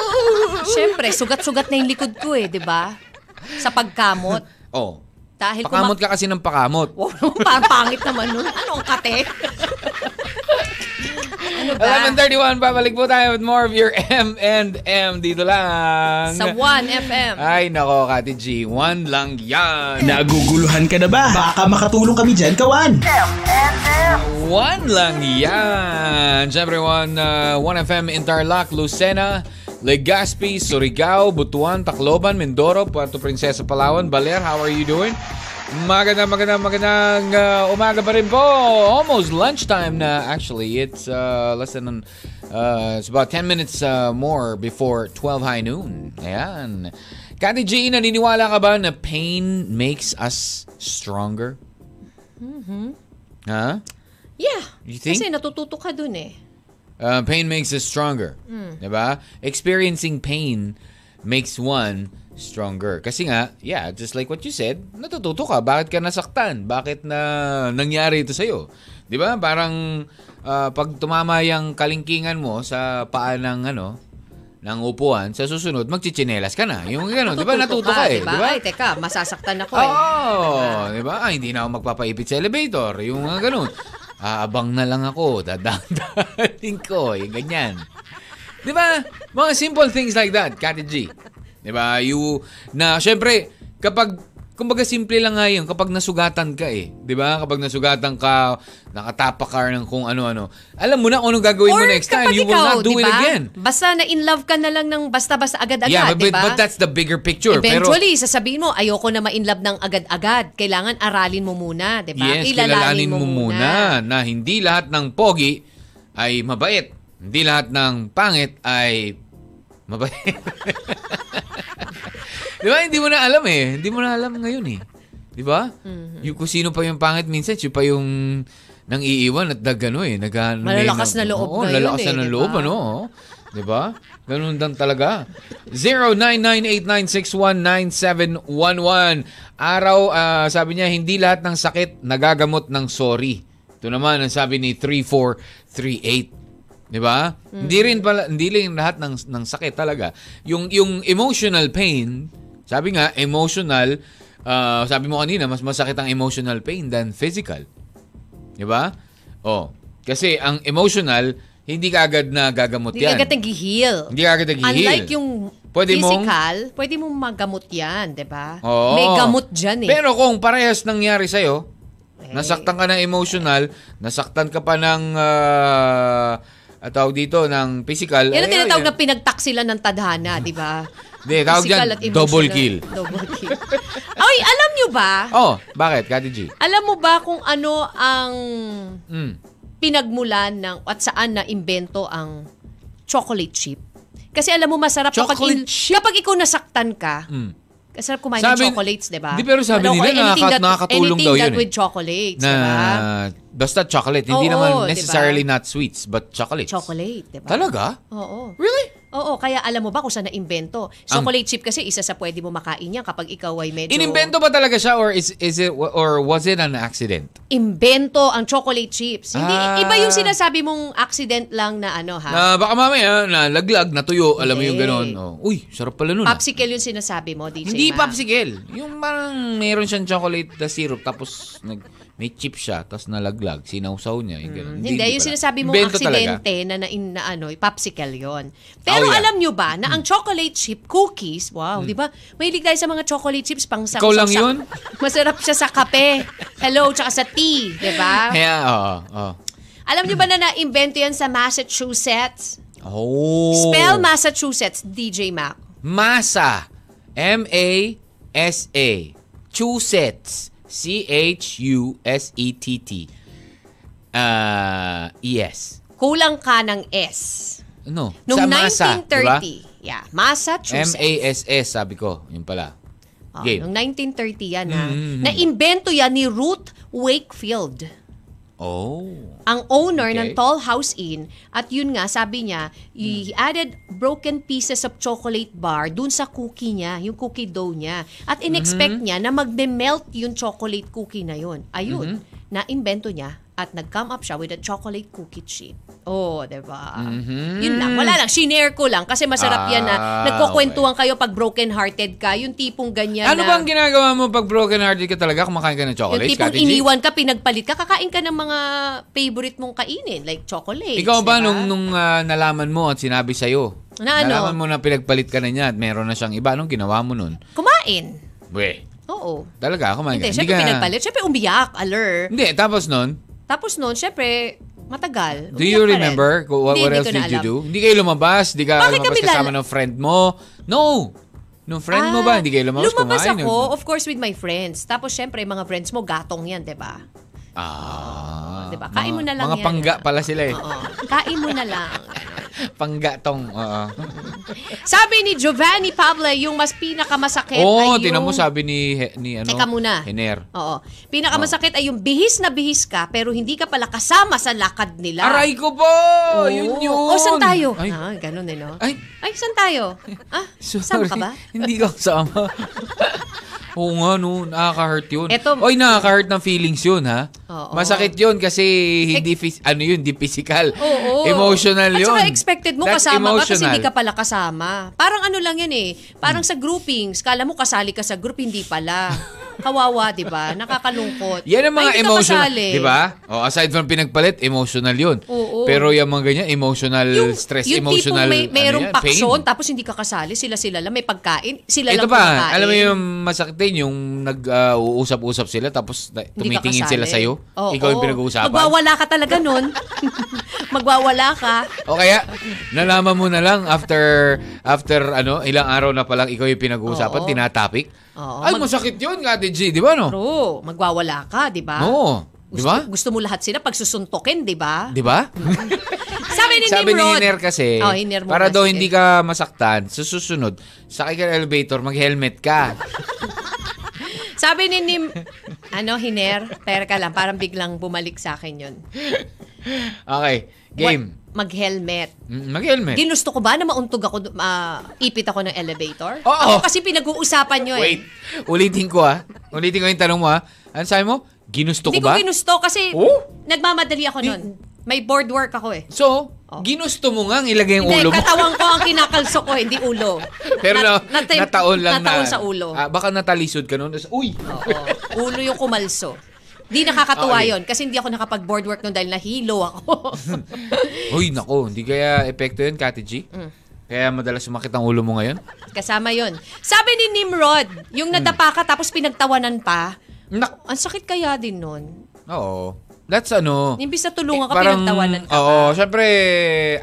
S2: Siyempre, Eh, sugat-sugat na yung likod ko eh, di ba? Sa pagkamot.
S1: Oh,
S2: Dahil
S1: pakamot ka kasi ng pakamot.
S2: Wow, parang pangit naman nun. Ano ang kate? ano ba?
S1: 11.31, babalik po tayo with more of your M&M dito lang.
S2: Sa 1FM.
S1: Ay, nako, Kati G, one lang yan.
S3: Naguguluhan ka na ba? Baka makatulong kami dyan, kawan.
S1: One lang yan! Siyempre, one, uh, 1FM Interlock, Lucena, Legazpi, Surigao, Butuan, Tacloban, Mindoro, Puerto Princesa, Palawan, Baler, how are you doing? Magandang, magandang, magandang uh, umaga pa rin po. Almost lunchtime na actually. It's uh, less than, an- uh, it's about 10 minutes uh, more before 12 high noon. Ayan. Kati G, naniniwala ka ba na pain makes us stronger? Ha?
S2: Yeah.
S1: You think?
S2: Kasi natututo ka dun eh.
S1: Uh, pain makes us stronger.
S2: Hmm.
S1: Diba? Experiencing pain makes one stronger. Kasi nga, yeah, just like what you said, natututo ka. Bakit ka nasaktan? Bakit na nangyari ito sa'yo? Diba? Parang ah, pag tumama yung kalingkingan mo sa paa ng ano, ng upuan, sa susunod, magchichinelas ka na. Yung gano'n, diba? Natuto ka, eh.
S2: diba?
S1: Diba?
S2: Ay, teka, masasaktan ako eh.
S1: Oo,
S2: Diba?
S1: di ba? Ah, hindi na ako magpapaipit sa elevator. Yung mga ganun. Aabang na lang ako, dadaan ko, yung ganyan. Di ba? Mga simple things like that, Kati G. Di ba? You, na, syempre, kapag, kumbaga simple lang nga yun, kapag nasugatan ka eh. Di ba? Kapag nasugatan ka, nakatapak ka ng kung ano-ano. Alam mo na kung anong gagawin mo next time.
S2: kapag
S1: You will
S2: ikaw,
S1: not do
S2: diba?
S1: it again.
S2: Basta na in love ka na lang ng basta-basta agad-agad,
S1: Yeah, but, but,
S2: diba?
S1: but that's the bigger picture. Pero,
S2: Eventually, sasabihin mo, ayoko na ma-in love ng agad-agad. Kailangan aralin mo muna, diba?
S1: Yes, kilalanin mo muna na hindi lahat ng pogi ay mabait. Hindi lahat ng pangit ay mabait. Di ba? Hindi mo na alam eh. Hindi mo na alam ngayon eh. Di ba?
S2: Mhm.
S1: Yung kung sino pa yung pangit minsan, siya pa yung nang iiwan at nagano eh. Nag,
S2: Malalakas na loob
S1: Oo,
S2: ngayon
S1: lalakas
S2: eh,
S1: na ng
S2: di ba?
S1: loob, ano? Oo. Di ba? Ganun lang talaga. 0998-961-9711. Araw, ah, sabi niya, hindi lahat ng sakit nagagamot ng sorry. Ito naman ang sabi ni 3438. Di ba? Hindi rin pala, hindi rin lahat ng, ng sakit talaga. Yung, yung emotional pain, sabi nga, emotional, ah, sabi mo kanina, mas masakit ang emotional pain than physical. Di ba? Oh, kasi ang emotional, hindi ka agad na gagamot
S2: Hindi
S1: yan.
S2: agad nag-heal.
S1: Hindi ka agad nag-heal.
S2: Unlike yung
S1: Pwede mong-
S2: physical, pwede mong magamot yan, diba?
S1: Oo.
S2: May gamot dyan eh.
S1: Pero kung parehas nangyari sa'yo,
S2: Eh.
S1: nasaktan ka ng emotional, nasaktan ka pa ng, uh, tawag dito, ng physical.
S2: Yan ang
S1: eh,
S2: tinatawag
S1: yan.
S2: na pinagtak sila ng tadhana, diba? di ba?
S1: Hindi, tawag
S2: Physical
S1: dyan,
S2: at emotional.
S1: double kill.
S2: Double kill. Ay, alam nyo ba?
S1: Oh, bakit, Kati G?
S2: Alam mo ba kung ano ang
S1: Mm.
S2: pinagmulan ng at saan na imbento ang chocolate chip? Kasi alam mo masarap
S1: Chocolate Hmm.
S2: kapag, in- kapag ikaw nasaktan ka, kasarap kumain
S1: Sabi-
S2: ng chocolates, di ba? Ano,
S1: Di, pero sabi nila,
S2: anything
S1: nakaka-
S2: that-
S1: nakakatulong
S2: anything
S1: daw
S2: that
S1: yun eh.
S2: with chocolates,
S1: Na,
S2: di ba?
S1: basta chocolate. Hindi
S2: Oo,
S1: naman
S2: diba?
S1: necessarily not sweets, but chocolates.
S2: Chocolate, di ba?
S1: Talaga?
S2: Oo.
S1: Really?
S2: Oo, kaya alam mo ba kung saan na-invento? Chocolate chip kasi isa sa pwede mo makain yan kapag ikaw ay medyo...
S1: Inimbento ba talaga siya or is is it or was it an accident?
S2: Imbento ang chocolate chips. Hindi,
S1: Ah.
S2: iba yung sinasabi mong accident lang na ano ha.
S1: Na baka mamaya nalaglag, natuyo, alam mo yung
S2: Hindi.
S1: gano'n. Oh, uy, sarap pala nun. ah.
S2: Popsicle yung sinasabi mo, DJ
S1: Hindi
S2: Ma.
S1: popsicle. Yung parang meron siyang chocolate na syrup tapos nag, may chip siya tapos nalaglag, sinawsaw niya. Yung ganun.
S2: Hmm. Hindi, yung
S1: pala.
S2: sinasabi mong
S1: Invento
S2: aksidente na, na, na ano, popsicle yon. Pero
S1: Oh, yeah. Mm.
S2: alam nyo ba na ang chocolate chip cookies, wow, di ba? Mahilig tayo sa mga chocolate chips pang sa
S1: Ikaw lang
S2: sa-
S1: yun?
S2: Masarap siya sa kape. Hello, tsaka sa tea, di ba?
S1: Kaya, ah, oo. oo.
S2: Alam nyo ba na na-invento yan sa Massachusetts?
S1: Oh.
S2: Spell Massachusetts, DJ Mac.
S1: Masa. M-A-S-A. Chusets. C-H-U-S-E-T-T. E Uh, yes.
S2: Kulang ka ng S.
S1: Ano? Sa
S2: Noong
S1: masa, diba?
S2: 1930. Yeah, Massachusetts.
S1: M-A-S-S, sabi ko. Yun pala.
S2: Oh,
S1: Game.
S2: Noong 1930 yan ha.
S1: Mm.
S2: Naimbento yan ni Ruth Wakefield,
S1: Oh.
S2: ang owner ng
S1: Okay.
S2: Tall House Inn. At yun nga, sabi niya, he
S1: Hmm.
S2: added broken pieces of chocolate bar dun sa cookie niya, yung cookie dough niya. At
S1: Hmm.
S2: in-expect niya na magme-melt yung chocolate cookie na yun.
S1: Hmm.
S2: Ayun, naimbento niya at nag-come up siya with a chocolate cookie chip. Oh, di ba? Yun lang. Wala lang. Shinare ko lang. Kasi masarap yan na
S1: Hmm. Ah,
S2: nagkukwentuhan kayo pag broken-hearted ka. Yung tipong ganyan
S1: Ano
S2: na...
S1: ba ang ginagawa mo pag broken hearted ka talaga? Kumakain ka ng chocolate?
S2: Yung tipong
S1: Kati G?
S2: iniwan ka, pinagpalit ka, kakain ka ng mga favorite mong kainin, like chocolate.
S1: Ikaw ba nung, nung ah, nalaman mo at sinabi sa'yo?
S2: Na ano?
S1: Nalaman mo na pinagpalit ka na niya at meron na siyang iba. Anong ginawa mo nun?
S2: Kumain.
S1: Weh.
S2: Oo.
S1: Talaga, kumain
S2: Hindi,
S1: ka.
S2: syempre
S1: ka-
S2: pinagpalit. Syempre umiyak, alert.
S1: Hindi, tapos nun,
S2: Tapos noon, syempre, matagal.
S1: do
S2: Umiyak
S1: you
S2: ka rin.
S1: remember Ko- what,
S2: Hindi,
S1: what
S2: hindi
S1: else
S2: ko na
S1: did you
S2: alam.
S1: do? Hindi kayo lumabas? Hindi ka
S2: Bakit
S1: lumabas
S2: kami lala-
S1: kasama ng friend mo? No! Nung friend mo ba?
S2: Ah,
S1: Hindi kayo lumabas?
S2: Lumabas
S1: kumain? ano?
S2: ako, of course, with my friends. Tapos syempre, mga friends mo, gatong yan, di ba?
S1: Ah.
S2: Di ba? Diba? Kain mo na lang
S1: Mga
S2: yan.
S1: pangga pala sila eh.
S2: Oo. Kain mo na lang.
S1: Pangga tong. Oo.
S2: Sabi ni Giovanni Pable, yung mas pinakamasakit
S1: Oo,
S2: ay yung...
S1: tinan mo sabi ni, he- ni ano?
S2: Teka muna.
S1: Hiner.
S2: Oo. Pinakamasakit
S1: Oh.
S2: ay yung bihis na bihis ka pero hindi ka pala kasama sa lakad nila.
S1: Aray ko po!
S2: Oo.
S1: Yun yun!
S2: O, saan tayo?
S1: Ay,
S2: Ah, ganun eh, no?
S1: Ay.
S2: Ay, saan tayo? Ah,
S1: sorry.
S2: sama ka ba?
S1: Hindi ka sama. Oo nga, no. Nakaka-hurt yun.
S2: Eto-
S1: Oy, nakaka-hurt ng feelings yun, ha?
S2: Oo.
S1: Masakit yun kasi hindi, phys- ano yun, hindi physical.
S2: Oo.
S1: Emotional
S2: At
S1: yun.
S2: saka expected mo
S1: That's
S2: kasama ka tapos
S1: emotional.
S2: hindi ka pala kasama. Parang ano lang yan eh. Parang sa groupings. Kala mo kasali ka sa group, hindi pala. Kawawa, di ba? Nakakalungkot.
S1: Yan ang mga
S2: Ay, hindi ka
S1: emotional,
S2: kasali.
S1: di ba? O, aside from pinagpalit, emotional yun.
S2: Oo.
S1: Pero yung mga ganyan, emotional stress, emotional
S2: tipong may, mayroong
S1: ano yan, pain.
S2: paksyon tapos hindi ka kasali, sila-sila lang, may pagkain, sila
S1: Ito
S2: lang
S1: pa,
S2: kumakain.
S1: alam mo yung masakit din, yung nag-uusap-usap sila tapos na-
S2: Hindi ka
S1: tumitingin
S2: kasali.
S1: sila sa'yo.
S2: Oo,
S1: ikaw yung
S2: oo.
S1: pinag-uusapan.
S2: Magwawala ka talaga nun. Magwawala ka.
S1: O kaya, nalaman mo na lang after after ano, ilang araw na palang ikaw yung pinag-uusapan,
S2: Oo.
S1: tinatapik.
S2: Oo.
S1: Ay,
S2: Mag-
S1: masakit yun, Kati G, di ba no?
S2: True. Magwawala ka, di ba?
S1: Oo. Di ba?
S2: Gusto, gusto mo lahat sila pagsusuntokin, di ba?
S1: Di ba?
S2: Sabi ni
S1: Sabi ni
S2: Nimrod.
S1: Hiner kasi,
S2: Oh, Hiner mo
S1: para
S2: kasi.
S1: daw hindi ka masaktan, sa susunod, sakay ka ng elevator, mag-helmet ka.
S2: Sabi ni Nim... Ano, Hiner? Pera ka lang. Parang biglang bumalik sa akin yun.
S1: Okay, game.
S2: Wa- Mag-helmet.
S1: Mm, Mag-helmet.
S2: Ginusto ko ba na mauntog ako, dum- ah, ipit ako ng elevator?
S1: Oo.
S2: Ako kasi pinag-uusapan nyo
S1: Wait,
S2: eh.
S1: ulitin ko ah. Ulitin ko yung tanong mo ah. Ano sabi mo? Ginusto ko
S2: Hindi
S1: ba?
S2: ko ginusto kasi
S1: Oh?
S2: nagmamadali ako nun. May board work ako eh.
S1: So, ginusto mo nga ang ilagay yung ulo
S2: Hindi,
S1: mo.
S2: katawan ko ang kinakalso ko, eh, hindi ulo.
S1: Pero na,
S2: natim-
S1: nataon lang na.
S2: nataon sa ulo.
S1: Ah, baka natalisod ka noon. Tapos, Uy!
S2: Oo, ulo yung kumalso. Di nakakatuwa
S1: Ah, Okay.
S2: yon kasi hindi ako nakapag-board work noon dahil nahilo ako.
S1: Uy, nako. Hindi kaya epekto yun, Kati G?
S2: Mm.
S1: Kaya madalas sumakit ang ulo mo ngayon?
S2: Kasama yon. Sabi ni Nimrod, yung
S1: Hmm.
S2: nadapa ka tapos pinagtawanan pa,
S1: Nak.
S2: ang sakit kaya din nun.
S1: Oo. That's ano.
S2: Imbis na tulungan ka, pinagtawanan ka
S1: Oo,
S2: pa.
S1: syempre,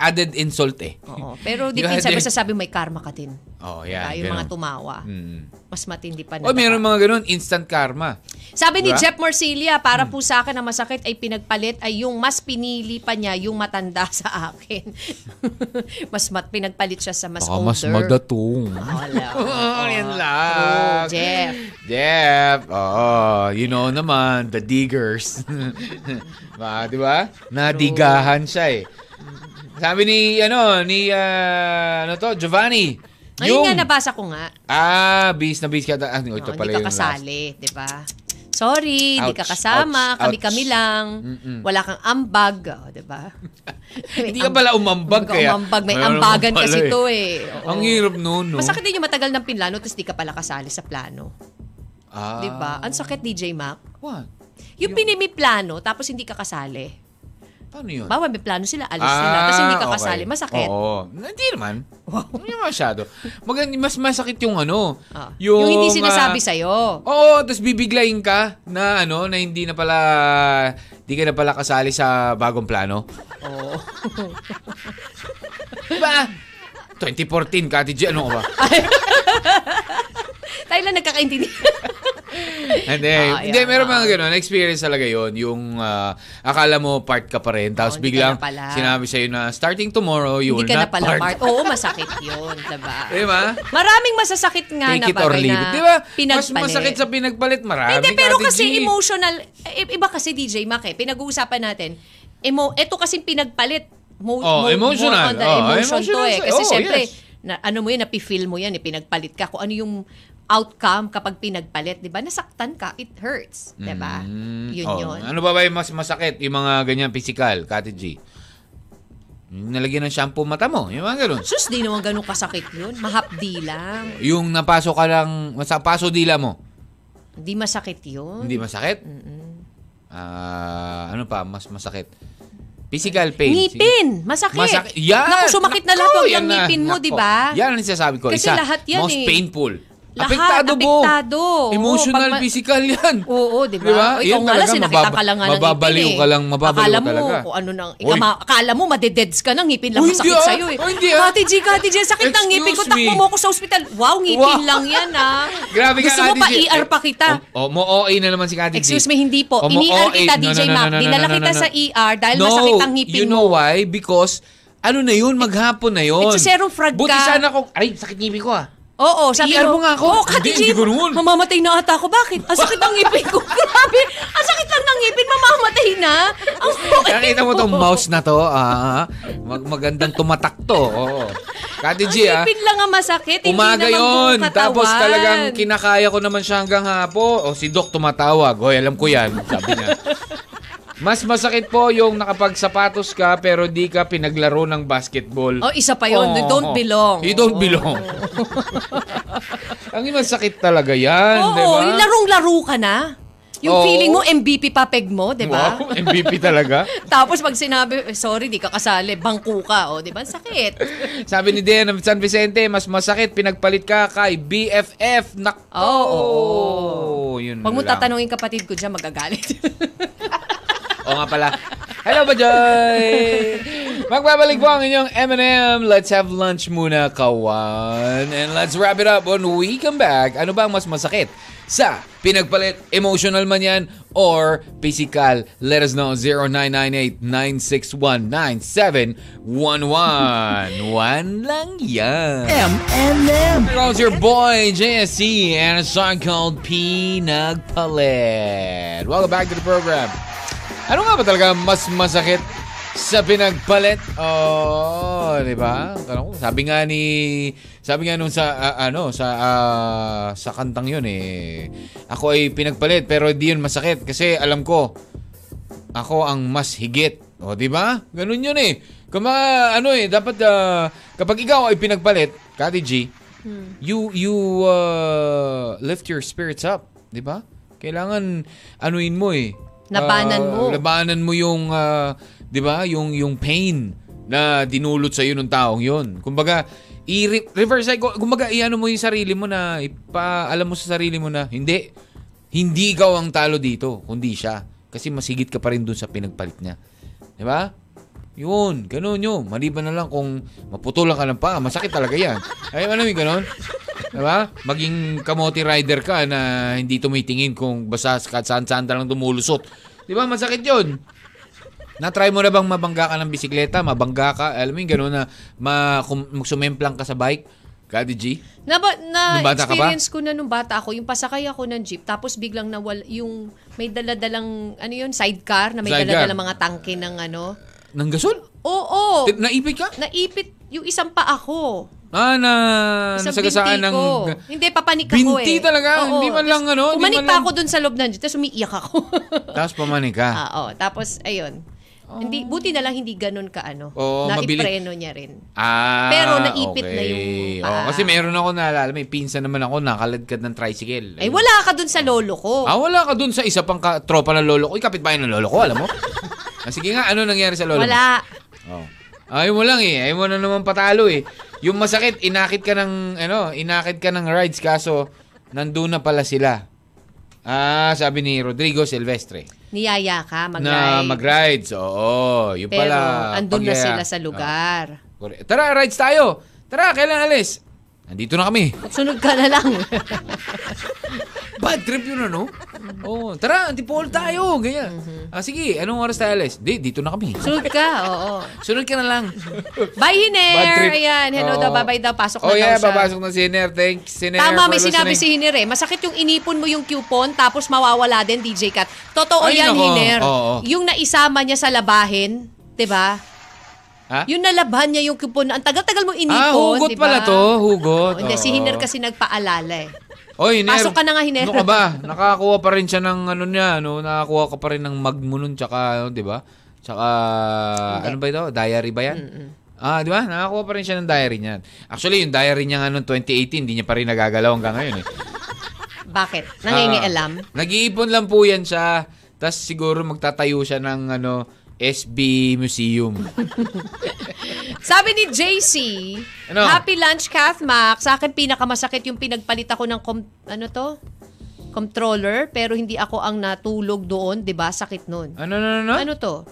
S1: added insult eh.
S2: Oo, pero di
S1: Yung
S2: minsan
S1: added-
S2: masasabi may karma ka din.
S1: Oo, yan.
S2: Diba? Yung mga
S1: ganun.
S2: tumawa.
S1: Mm.
S2: Mas matindi pa na.
S1: Oh, meron mga ganun, instant karma.
S2: Sabi ni
S1: Diba?
S2: Jeff Morcilia,
S1: Mm.
S2: para po sa akin ang masakit ay pinagpalit ay yung mas pinili pa niya yung matanda sa akin. mas mat pinagpalit siya sa mas
S1: Baka
S2: older.
S1: mas madatong.
S2: Wala.
S1: Oo, Oh, yan
S2: True,
S1: lang.
S2: Jeff.
S1: Jeff, oo, you know naman, the diggers. ba, di ba? Nadigahan siya eh. Sabi ni, ano, ni, ah, ano to, Giovanni.
S2: Ayun nga, nabasa ko nga.
S1: Ah, bis na bis ka. Ah, ito
S2: Oo,
S1: pala
S2: hindi
S1: yung
S2: ka
S1: last.
S2: kasali, di ba? Sorry, hindi
S1: Ouch,
S2: ka kasama.
S1: ouch,
S2: Kami-kami
S1: ouch.
S2: lang.
S1: Mm-mm.
S2: Wala kang ambag, oh, di ba? May
S1: Hindi ka
S2: amb-
S1: pala umambag
S2: Hindi ka
S1: kaya.
S2: umambag. May
S1: Wala naman
S2: ambagan
S1: pala
S2: kasi
S1: eh.
S2: to eh. Oo.
S1: Ang hirap noon, no?
S2: Masakit din yung matagal ng pinlano tapos di ka pala kasali sa plano.
S1: Ah,
S2: Di ba? Ang sakit, DJ Mac.
S1: What?
S2: Yung pinimiplano, tapos hindi ka kasali.
S1: Paano yun?
S2: Bawa, may plano sila, alis sila, tapos hindi ka kasali.
S1: Ah. okay.
S2: Masakit.
S1: Oo. Hindi naman. Wow. Hindi naman masyado. Maganda, mas masakit yung ano. ah,
S2: Ah. Yung, hindi sinasabi sa'yo.
S1: Oo, tapos bibiglayin ka na ano, na hindi na pala di ka na pala kasali sa bagong plano?
S2: Oo.
S1: Ba? 2014, Kati G, ano Diba? ka ba?
S2: Tayo lang nagkakaintindi.
S1: Hindi,
S2: Ah,
S1: hindi
S2: yeah.
S1: meron mga ganun. Experience talaga yon Yung ah, akala mo part ka pa rin. Tapos
S2: Oo, Oh, hindi
S1: biglang
S2: ka na pala.
S1: sinabi sa'yo na starting tomorrow, you
S2: Hindi
S1: will
S2: ka na
S1: not
S2: pala
S1: part.
S2: part. Oo, masakit yun. Diba?
S1: Diba?
S2: Maraming masasakit nga
S1: Take
S2: na
S1: it or
S2: bagay
S1: leave
S2: na
S1: it. Diba? Mas
S2: pinagpalit.
S1: masakit sa pinagpalit. Marami,
S2: Hindi, pero
S1: Kati
S2: kasi
S1: G.
S2: emotional. i- Iba kasi DJ Mac eh. Pinag-uusapan natin. Emo, ito kasi pinagpalit. Mo,
S1: Oh,
S2: mo-
S1: emotional.
S2: More on the
S1: Oh,
S2: emotion to
S1: emotional
S2: eh.
S1: sa-
S2: Kasi
S1: oh,
S2: syempre,
S1: yes.
S2: na, ano mo yan, napifeel mo yan eh. Pinagpalit ka. Kung ano yung outcome kapag pinagpalit, di ba? Nasaktan ka. It hurts. Di ba?
S1: Mm,
S2: Diba? Yun
S1: oh.
S2: yun.
S1: Ano ba ba yung mas masakit? Yung mga ganyan, physical, Kati G. Yung Nalagyan ng shampoo mata mo. Yung mga ganun.
S2: Sus, di naman ganun kasakit yun. Mahapdi lang.
S1: Yung napaso ka lang, sa paso dila mo.
S2: Hindi masakit yun.
S1: Hindi masakit? Ah, ano pa? Mas masakit. Physical pain.
S2: Ngipin! Masakit!
S1: Masakit. Yan!
S2: Naku, sumakit na lahat
S1: Naku,
S2: pag
S1: yan
S2: yung
S1: na.
S2: ngipin mo,
S1: Nako.
S2: di ba?
S1: Yan ang sinasabi ko.
S2: Kasi
S1: Isa,
S2: lahat yan
S1: most
S2: eh.
S1: painful.
S2: Lahat,
S1: apektado mo.
S2: apektado. Oo,
S1: Emotional,
S2: pag ma-
S1: physical yan.
S2: Oo, di ba? O, ikaw
S1: Yan
S2: nga lang,
S1: talaga,
S2: sinakita
S1: mababa-
S2: ka lang nga ng
S1: Mababaliw
S2: ngipin eh.
S1: ka lang, mababaliw
S2: akala
S1: ka talaga.
S2: mo, kung ano nang,
S1: Uy,
S2: ikaw, ma- akala mo, madededs ka ng ngipin lang
S1: Uy,
S2: masakit
S1: hindi ah.
S2: sa'yo eh.
S1: Uy, hindi ah.
S2: Kati G, Kati G, sakit ng
S1: Excuse
S2: ngipin ko, takbo
S1: me.
S2: mo ako sa ospital. Wow, ngipin
S1: Wow.
S2: lang yan ah.
S1: Grabe
S2: Gusto
S1: ka,
S2: mo
S1: Kati
S2: pa
S1: G.
S2: ER pa kita.
S1: O, o, oh, mo OA na naman si Kati G.
S2: Excuse me, hindi
S1: O, mo
S2: po. Ini-ER
S1: OA.
S2: kita,
S1: No,
S2: DJ
S1: no, no,
S2: Mac.
S1: no, no,
S2: Dinala
S1: no, no,
S2: kita
S1: no.
S2: sa ER dahil
S1: No,
S2: masakit ang ngipin
S1: you
S2: mo.
S1: know why? Because, ano na yun, maghapon na yun.
S2: Nagsiserong frag
S1: Buti
S2: ka.
S1: sana kung, ay, sakit ngipin ko ah.
S2: Oo, sabi
S1: ER mo nga ako.
S2: Oo, Kati
S1: Hindi, hindi
S2: G,
S1: ko noon.
S2: mamamatay na ata ako. Bakit? Ang sakit ng ngipin ko. Grabe. Ang sakit lang ng ngipin, mamamatay na. Ang sakit
S1: Nakita mo
S2: ko.
S1: tong mouse na to, ah, ah. mag magandang tumatak to. Oo. Kati
S2: Ang
S1: G, ah.
S2: ngipin lang ang masakit. Hindi
S1: Umaga
S2: naman
S1: yon.
S2: buong katawan.
S1: Tapos talagang kinakaya ko naman siya hanggang hapo. O si Doc tumatawag. Hoy, alam ko yan. Sabi niya. Mas masakit po yung nakapagsapatos ka pero di ka pinaglaro ng basketball.
S2: Oh, isa pa yun. You don't belong.
S1: You don't
S2: Oo.
S1: belong. Ang masakit talaga yan,
S2: Oo,
S1: di ba?
S2: yung larong-laro ka na.
S1: diba?
S2: Yung
S1: Oo.
S2: feeling mo, MVP pa peg mo, di ba?
S1: Wow, MVP talaga.
S2: Tapos pag sinabi, "Eh, sorry, di ka kasali, bangko ka. O, di ba? Ang Sakit.
S1: Sabi ni Dean ng San Vicente, mas masakit pinagpalit ka kay BFF. Nako! Oh,
S2: Oo, oo,
S1: Yun
S2: Pag mo
S1: lang.
S2: tatanungin kapatid ko dyan, magagalit.
S1: Oo nga pala. Hello ba, Joy? Magbabalik po ang inyong M&M. Let's have lunch muna, kawan. And let's wrap it up when we come back. Ano ba ang mas masakit? Sa pinagpalit, emotional man yan, or physical. Let us know, 0998-961-9711. One lang yan.
S3: M&M.
S1: Here goes your boy, JSC, and a song called Pinagpalit. Welcome back to the program. Ano nga ba talaga mas masakit sa pinagpalit? Oh, di ba? Tanong ko, Sabi nga ni sabi nga nung sa ah, ano sa ah, sa kantang 'yon eh. Ako ay pinagpalit pero di 'yun masakit kasi alam ko ako ang mas higit. O, di ba? Ganun yun eh. Kung mga, ano eh, dapat, ah, kapag ikaw ay pinagpalit, Kati G,
S2: Hmm.
S1: you, you, uh, lift your spirits up. Di ba? Kailangan, anuin mo eh.
S2: Labanan
S1: Ah,
S2: mo.
S1: Labanan mo yung, ah, di ba, yung, yung pain na dinulot sa'yo ng taong yun. Kumbaga, i-reverse psycho, kumbaga, iano mo yung sarili mo na, ipaalam mo sa sarili mo na, hindi, hindi ikaw ang talo dito, kundi siya. Kasi masigit ka pa rin dun sa pinagpalit niya. Di ba? Yun, ganun yun. Maliban na lang kung maputulan ka ng paa, masakit talaga yan. Ay, alam mo yung ganun? Di ba? Maging kamote rider ka na hindi tumitingin kung basta sa- saan-saan ka lang tumulusot. Di ba? Masakit yun. Na-try mo na bang mabangga ka ng bisikleta? Mabangga ka? Alam mo yung ganun na ma- kum- magsumemplang ka sa bike? Kadi G?
S2: Na, ba, na
S1: Nung bata ka ba?
S2: experience ko na nung bata ako, yung pasakay ako ng jeep, tapos biglang nawal, yung may daladalang, ano yun, sidecar, na may
S1: Sidecar.
S2: daladalang mga tangke ng ano.
S1: Nang gasol?
S2: Oo,
S1: Ti- Naipit ka?
S2: naipit yung isang pa ako.
S1: Ah, na
S2: Isang
S1: nasagasaan
S2: binti
S1: ng...
S2: ko. Hindi, papanik ako eh.
S1: Binti talaga? Hindi man lang ano, hindi
S2: Pumanik
S1: man
S2: pa
S1: lang-
S2: ako dun sa loob ng jeep, tapos umiiyak ako.
S1: Tapos pamanig ka.
S2: ah, oo. Tapos, ayun. Hindi, buti na lang hindi ganun ka ano.
S1: Ah. Oo,
S2: na
S1: mabilis.
S2: ipreno niya rin.
S1: Ah,
S2: Pero naipit na
S1: okay.
S2: yung
S1: Oo,
S2: paa.
S1: kasi meron ako naalala, may pinsan naman ako, nakaladkad ng tricycle.
S2: Ay, wala ka dun sa lolo ko.
S1: Ah, wala ka dun sa isa pang ka- tropa ng lolo ko. Uy, kapitbahay ng lolo ko, alam mo? ah, sige nga, ano nangyari sa lolo mo?
S2: wala.
S1: Oh. Ayaw mo lang eh. Ayaw mo na naman patalo eh. Yung masakit, inakit ka ng, ano, inakit ka ng rides, kaso, nandun na pala sila. Ah, sabi ni Rodrigo Silvestre.
S2: Niyaya ka mag
S1: na mag-rides. Oo, yun
S2: Pero
S1: pala.
S2: andun na
S1: pagyaya.
S2: sila sa lugar.
S1: Ah, correct. Tara, rides tayo. Tara, kailan alis? Nandito na kami.
S2: Sunod ka na lang.
S1: Bad trip yun, ano? Oo, tara, antipol tayo. Ganyan.
S2: Mm-hmm.
S1: Ah, sige, anong oras tayo alis? Di, dito na kami.
S2: Sunod ka, oo.
S1: Sunod ka na lang.
S2: Bye,
S1: Bad
S2: Hiner!
S1: trip.
S2: Ayan, hello
S1: Oo.
S2: daw, bye-bye daw. Pasok na
S1: oh, yeah,
S2: daw siya.
S1: papasok na si Hiner. Thanks, Hiner.
S2: Tama,
S1: for
S2: may sinabi
S1: listening.
S2: si Hiner eh. Masakit yung inipon mo yung coupon tapos mawawala din DJ Cat. Totoo
S1: Ay,
S2: yan,
S1: nako.
S2: Hiner.
S1: Oo.
S2: Yung naisama niya sa labahin, 'di ba?
S1: Ha?
S2: Yung nalaban niya yung coupon. Ang tagal-tagal mo inipon,
S1: ah, hugot
S2: 'di ba?
S1: pala to. Hugot.
S2: Oh, Hindi, si
S1: Oo.
S2: Hiner kasi nagpaalala eh.
S1: Oy, Hiner.
S2: Pasok ka na nga, Hiner.
S1: Ano ka ba? Nakakuha pa rin siya ng ano niya, ano, nakakuha ka pa rin ng mag mo nun, tsaka, ano, di ba? Tsaka, ano ba ito? Diary ba yan? Ah, di ba? Nakakuha pa rin siya ng diary niyan. Actually, yung diary niya nga noong 2018, hindi niya pa rin nagagalaw hanggang ngayon eh.
S2: Bakit? Nangingialam?
S1: Ah, nag-iipon lang po yan siya. Tapos siguro magtatayo siya ng ano, SB Museum.
S2: Sabi ni JC,
S1: Ano?
S2: Happy lunch, Kath Mac. Sa akin, pinakamasakit yung pinagpalit ako ng, com- ano to? Controller, pero hindi ako ang natulog doon, di ba? Sakit nun.
S1: Ano, ano, ano?
S2: Ano to?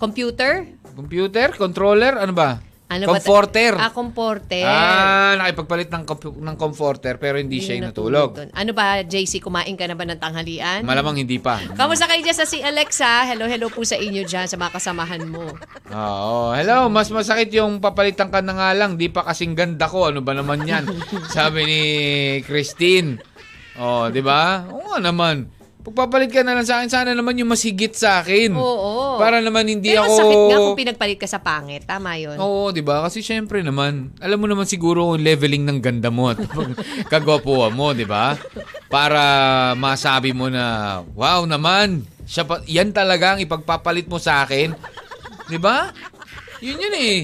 S2: Computer?
S1: Computer? Controller? Ano ba?
S2: Ano ba ta-
S1: comforter.
S2: Ah, comforter.
S1: Ah, nakipagpalit ng, compu- ng comforter pero hindi siya yung natulog.
S2: doon. Ano ba, JC, kumain ka na ba ng tanghalian?
S1: Malamang hindi pa.
S2: Kamusta kayo dyan sa si Alexa? Hello, hello po sa inyo dyan, sa mga kasamahan mo.
S1: Hmm. Oo. Hello, mas masakit yung papalitan ka na nga lang. Di pa kasing ganda ko. Ano ba naman yan? Sabi ni Christine. Oh, di ba? Oo nga naman. Pagpapalit ka na lang sa akin, sana naman yung mas higit sa akin.
S2: Oo.
S1: Para naman hindi ako...
S2: Pero
S1: Oh.
S2: sakit nga kung pinagpalit ka sa pangit. Tama yun.
S1: Oo, di ba? Kasi syempre naman, alam mo naman siguro yung leveling ng ganda mo at kagwapuha mo, di ba? Para masabi mo na, wow naman, siya pa, yan talaga ang ipagpapalit mo sa akin. Di ba? Yun yun eh.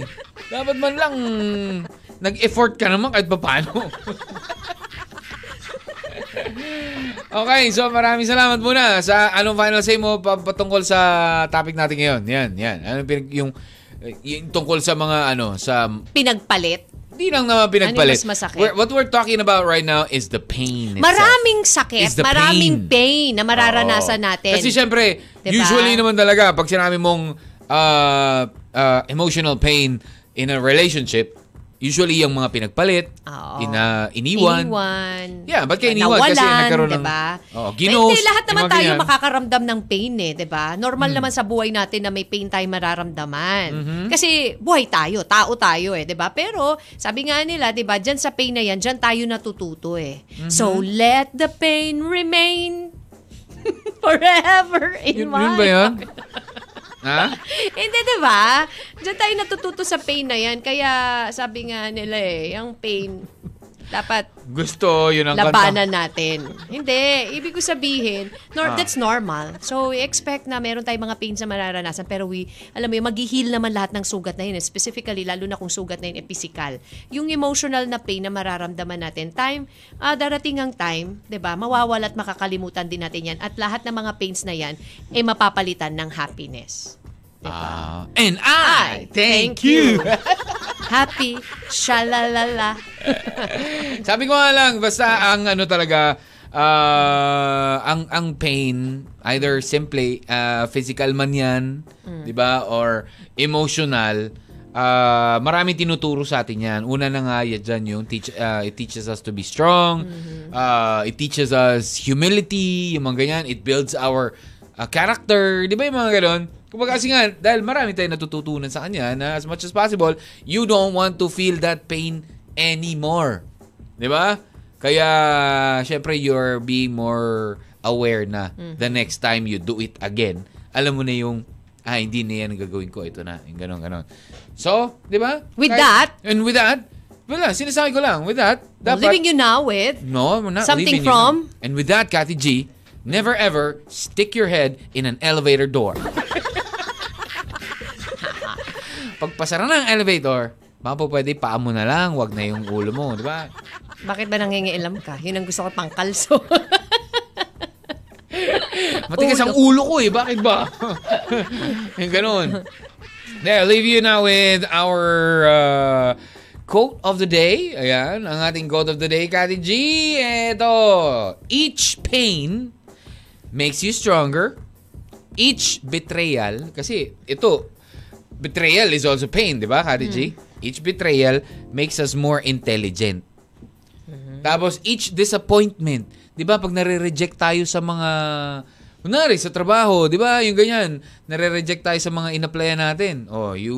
S1: Dapat man lang nag-effort ka naman kahit paano. okay, so maraming salamat muna sa anong final say mo pa- patungkol sa topic natin ngayon. Yan, yan. Ano pinag- yung, eh, yung tungkol sa mga ano, sa
S2: Pinagpalit.
S1: hindi lang naman pinagpalit.
S2: Ano yung mas masakit?
S1: We're- what we're talking about right now is the pain itself.
S2: Maraming
S1: It's
S2: sakit,
S1: the
S2: maraming pain. na mararanasan
S1: Oo.
S2: natin.
S1: Kasi syempre,
S2: Diba?
S1: usually naman talaga, pag sinabi mong ah, ah, emotional pain in a relationship, usually yung mga pinagpalit,
S2: Oo.
S1: ina, iniwan.
S2: Iniwan.
S1: Yeah, ba't ka iniwan? Kasi
S2: Diba? Nawalan,
S1: nagkaroon ng-
S2: diba?
S1: Oo, ginost,
S2: Hindi, lahat
S1: yung
S2: naman
S1: mga
S2: tayo
S1: ganyan. Hmm.
S2: makakaramdam ng pain eh, diba? Normal naman sa buhay natin na may pain tayo mararamdaman.
S1: Mm-hmm.
S2: Kasi buhay tayo, tao tayo eh, diba? Pero sabi nga nila, diba, dyan sa pain na yan, dyan tayo natututo eh.
S1: Mm-hmm.
S2: So let the pain remain forever in
S1: Yun,
S2: my
S1: yun ba yun? ha?
S2: Hindi, di ba? Diyan tayo natututo sa pain na yan. Kaya sabi nga nila eh, ang pain, dapat
S1: Gusto, yun ang kanta.
S2: labanan natin. Hindi, ibig ko sabihin,
S1: Ah.
S2: nor- that's normal. So, we expect na meron tayong mga pains na mararanasan, pero we, alam mo yun, mag-heal naman lahat ng sugat na yun. eh. Specifically, lalo na kung sugat na yun, eh, physical. Yung emotional na pain na mararamdaman natin, time, ah, darating ang time, 'di ba mawawala at makakalimutan din natin yan. At lahat ng mga pains na yan, eh, mapapalitan ng happiness.
S1: Ah, and I, thank,
S2: thank
S1: you.
S2: Happy, shalalala.
S1: Sabi ko nga lang, basta ang ano talaga, ah, ang ang pain, either simply ah, physical man yan, di ba, or emotional, ah, maraming tinuturo sa atin yan. Una na nga yan dyan yung teach, ah, it teaches us to be strong, ah, it teaches us humility, yung mga ganyan, it builds our ah, character, di ba yung mga ganon? Kumbaga kasi nga, dahil marami tayong natututunan sa kanya na as much as possible, you don't want to feel that pain anymore. Di ba? Kaya, syempre, you're being more aware na
S2: Mm-hmm.
S1: the next time you do it again, alam mo na yung, ah, hindi na yan ang gagawin ko. Ito na. Yung ganon, ganon. So, di ba?
S2: With that-
S1: And with that, wala, sinasabi ko lang, with that, dapat...
S2: Living you now with
S1: No, we're not
S2: Something
S1: leaving you.
S2: from?
S1: And with that, Kathy G, never ever stick your head in an elevator door. Pagpasara na ang elevator, baka po pwede paa mo na lang, wag na yung ulo mo, di ba?
S2: Bakit ba nangingialam ka? Yun ang gusto ko pang kalso.
S1: Matigas ang ulo ko eh. Bakit ba? Yung ganun. There, leave you now with our uh, quote of the day. Ayan, ang ating quote of the day, Kati G. Eto, each pain makes you stronger each betrayal, kasi ito, betrayal is also pain, di ba, Kari G? Each betrayal makes us more intelligent. Tapos each disappointment, 'di ba pag nare-reject tayo sa mga kunwari sa trabaho, 'di ba? Yung ganyan, nare-reject tayo sa mga inapplyan natin. Oh, you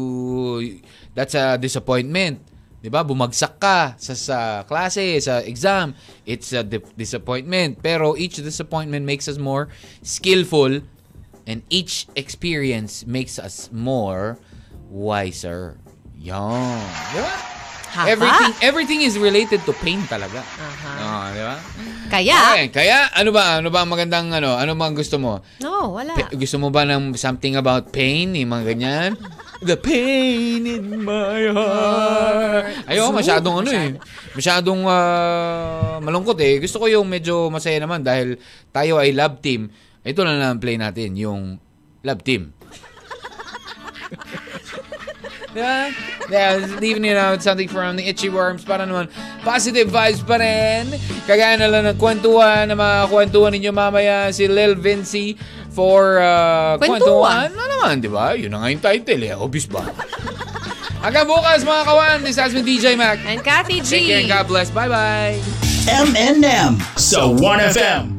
S1: that's a disappointment. 'Di ba? Bumagsak ka sa sa klase, sa exam. It's a di- disappointment. Pero each disappointment makes us more skillful and each experience makes us more wiser. Yon. Di ba?
S2: Haba.
S1: Everything everything is related to pain talaga.
S2: Aha. Ah.
S1: Oo, di ba?
S2: Kaya,
S1: Okay, kaya ano ba? Ano ba ang magandang ano? Ano bang gusto mo?
S2: no, wala.
S1: Pe- gusto mo ba ng something about pain? Yung mga ganyan? The pain in my heart. Ayoko,
S2: Zoo?
S1: masyadong ano eh. Masyadong ah, malungkot eh. Gusto ko yung medyo masaya naman dahil tayo ay love team. Ito na lang ang play natin, yung love team. Diba? Yeah, leaving it out something from the Itchy Worms para naman positive vibes pa rin. Kagaya na lang ng kwentuhan na makakwentuhan ninyo mamaya si Lil Vinci for uh, kwentuhan.
S2: Kwentuhan?
S1: Ano naman, di ba? Yun na nga yung title eh. Obvious ba? Hanggang bukas mga kawan. This has been DJ Mac.
S2: And Kathy G.
S1: Take care and God bless. Bye-bye.
S3: M&M. So 1FM.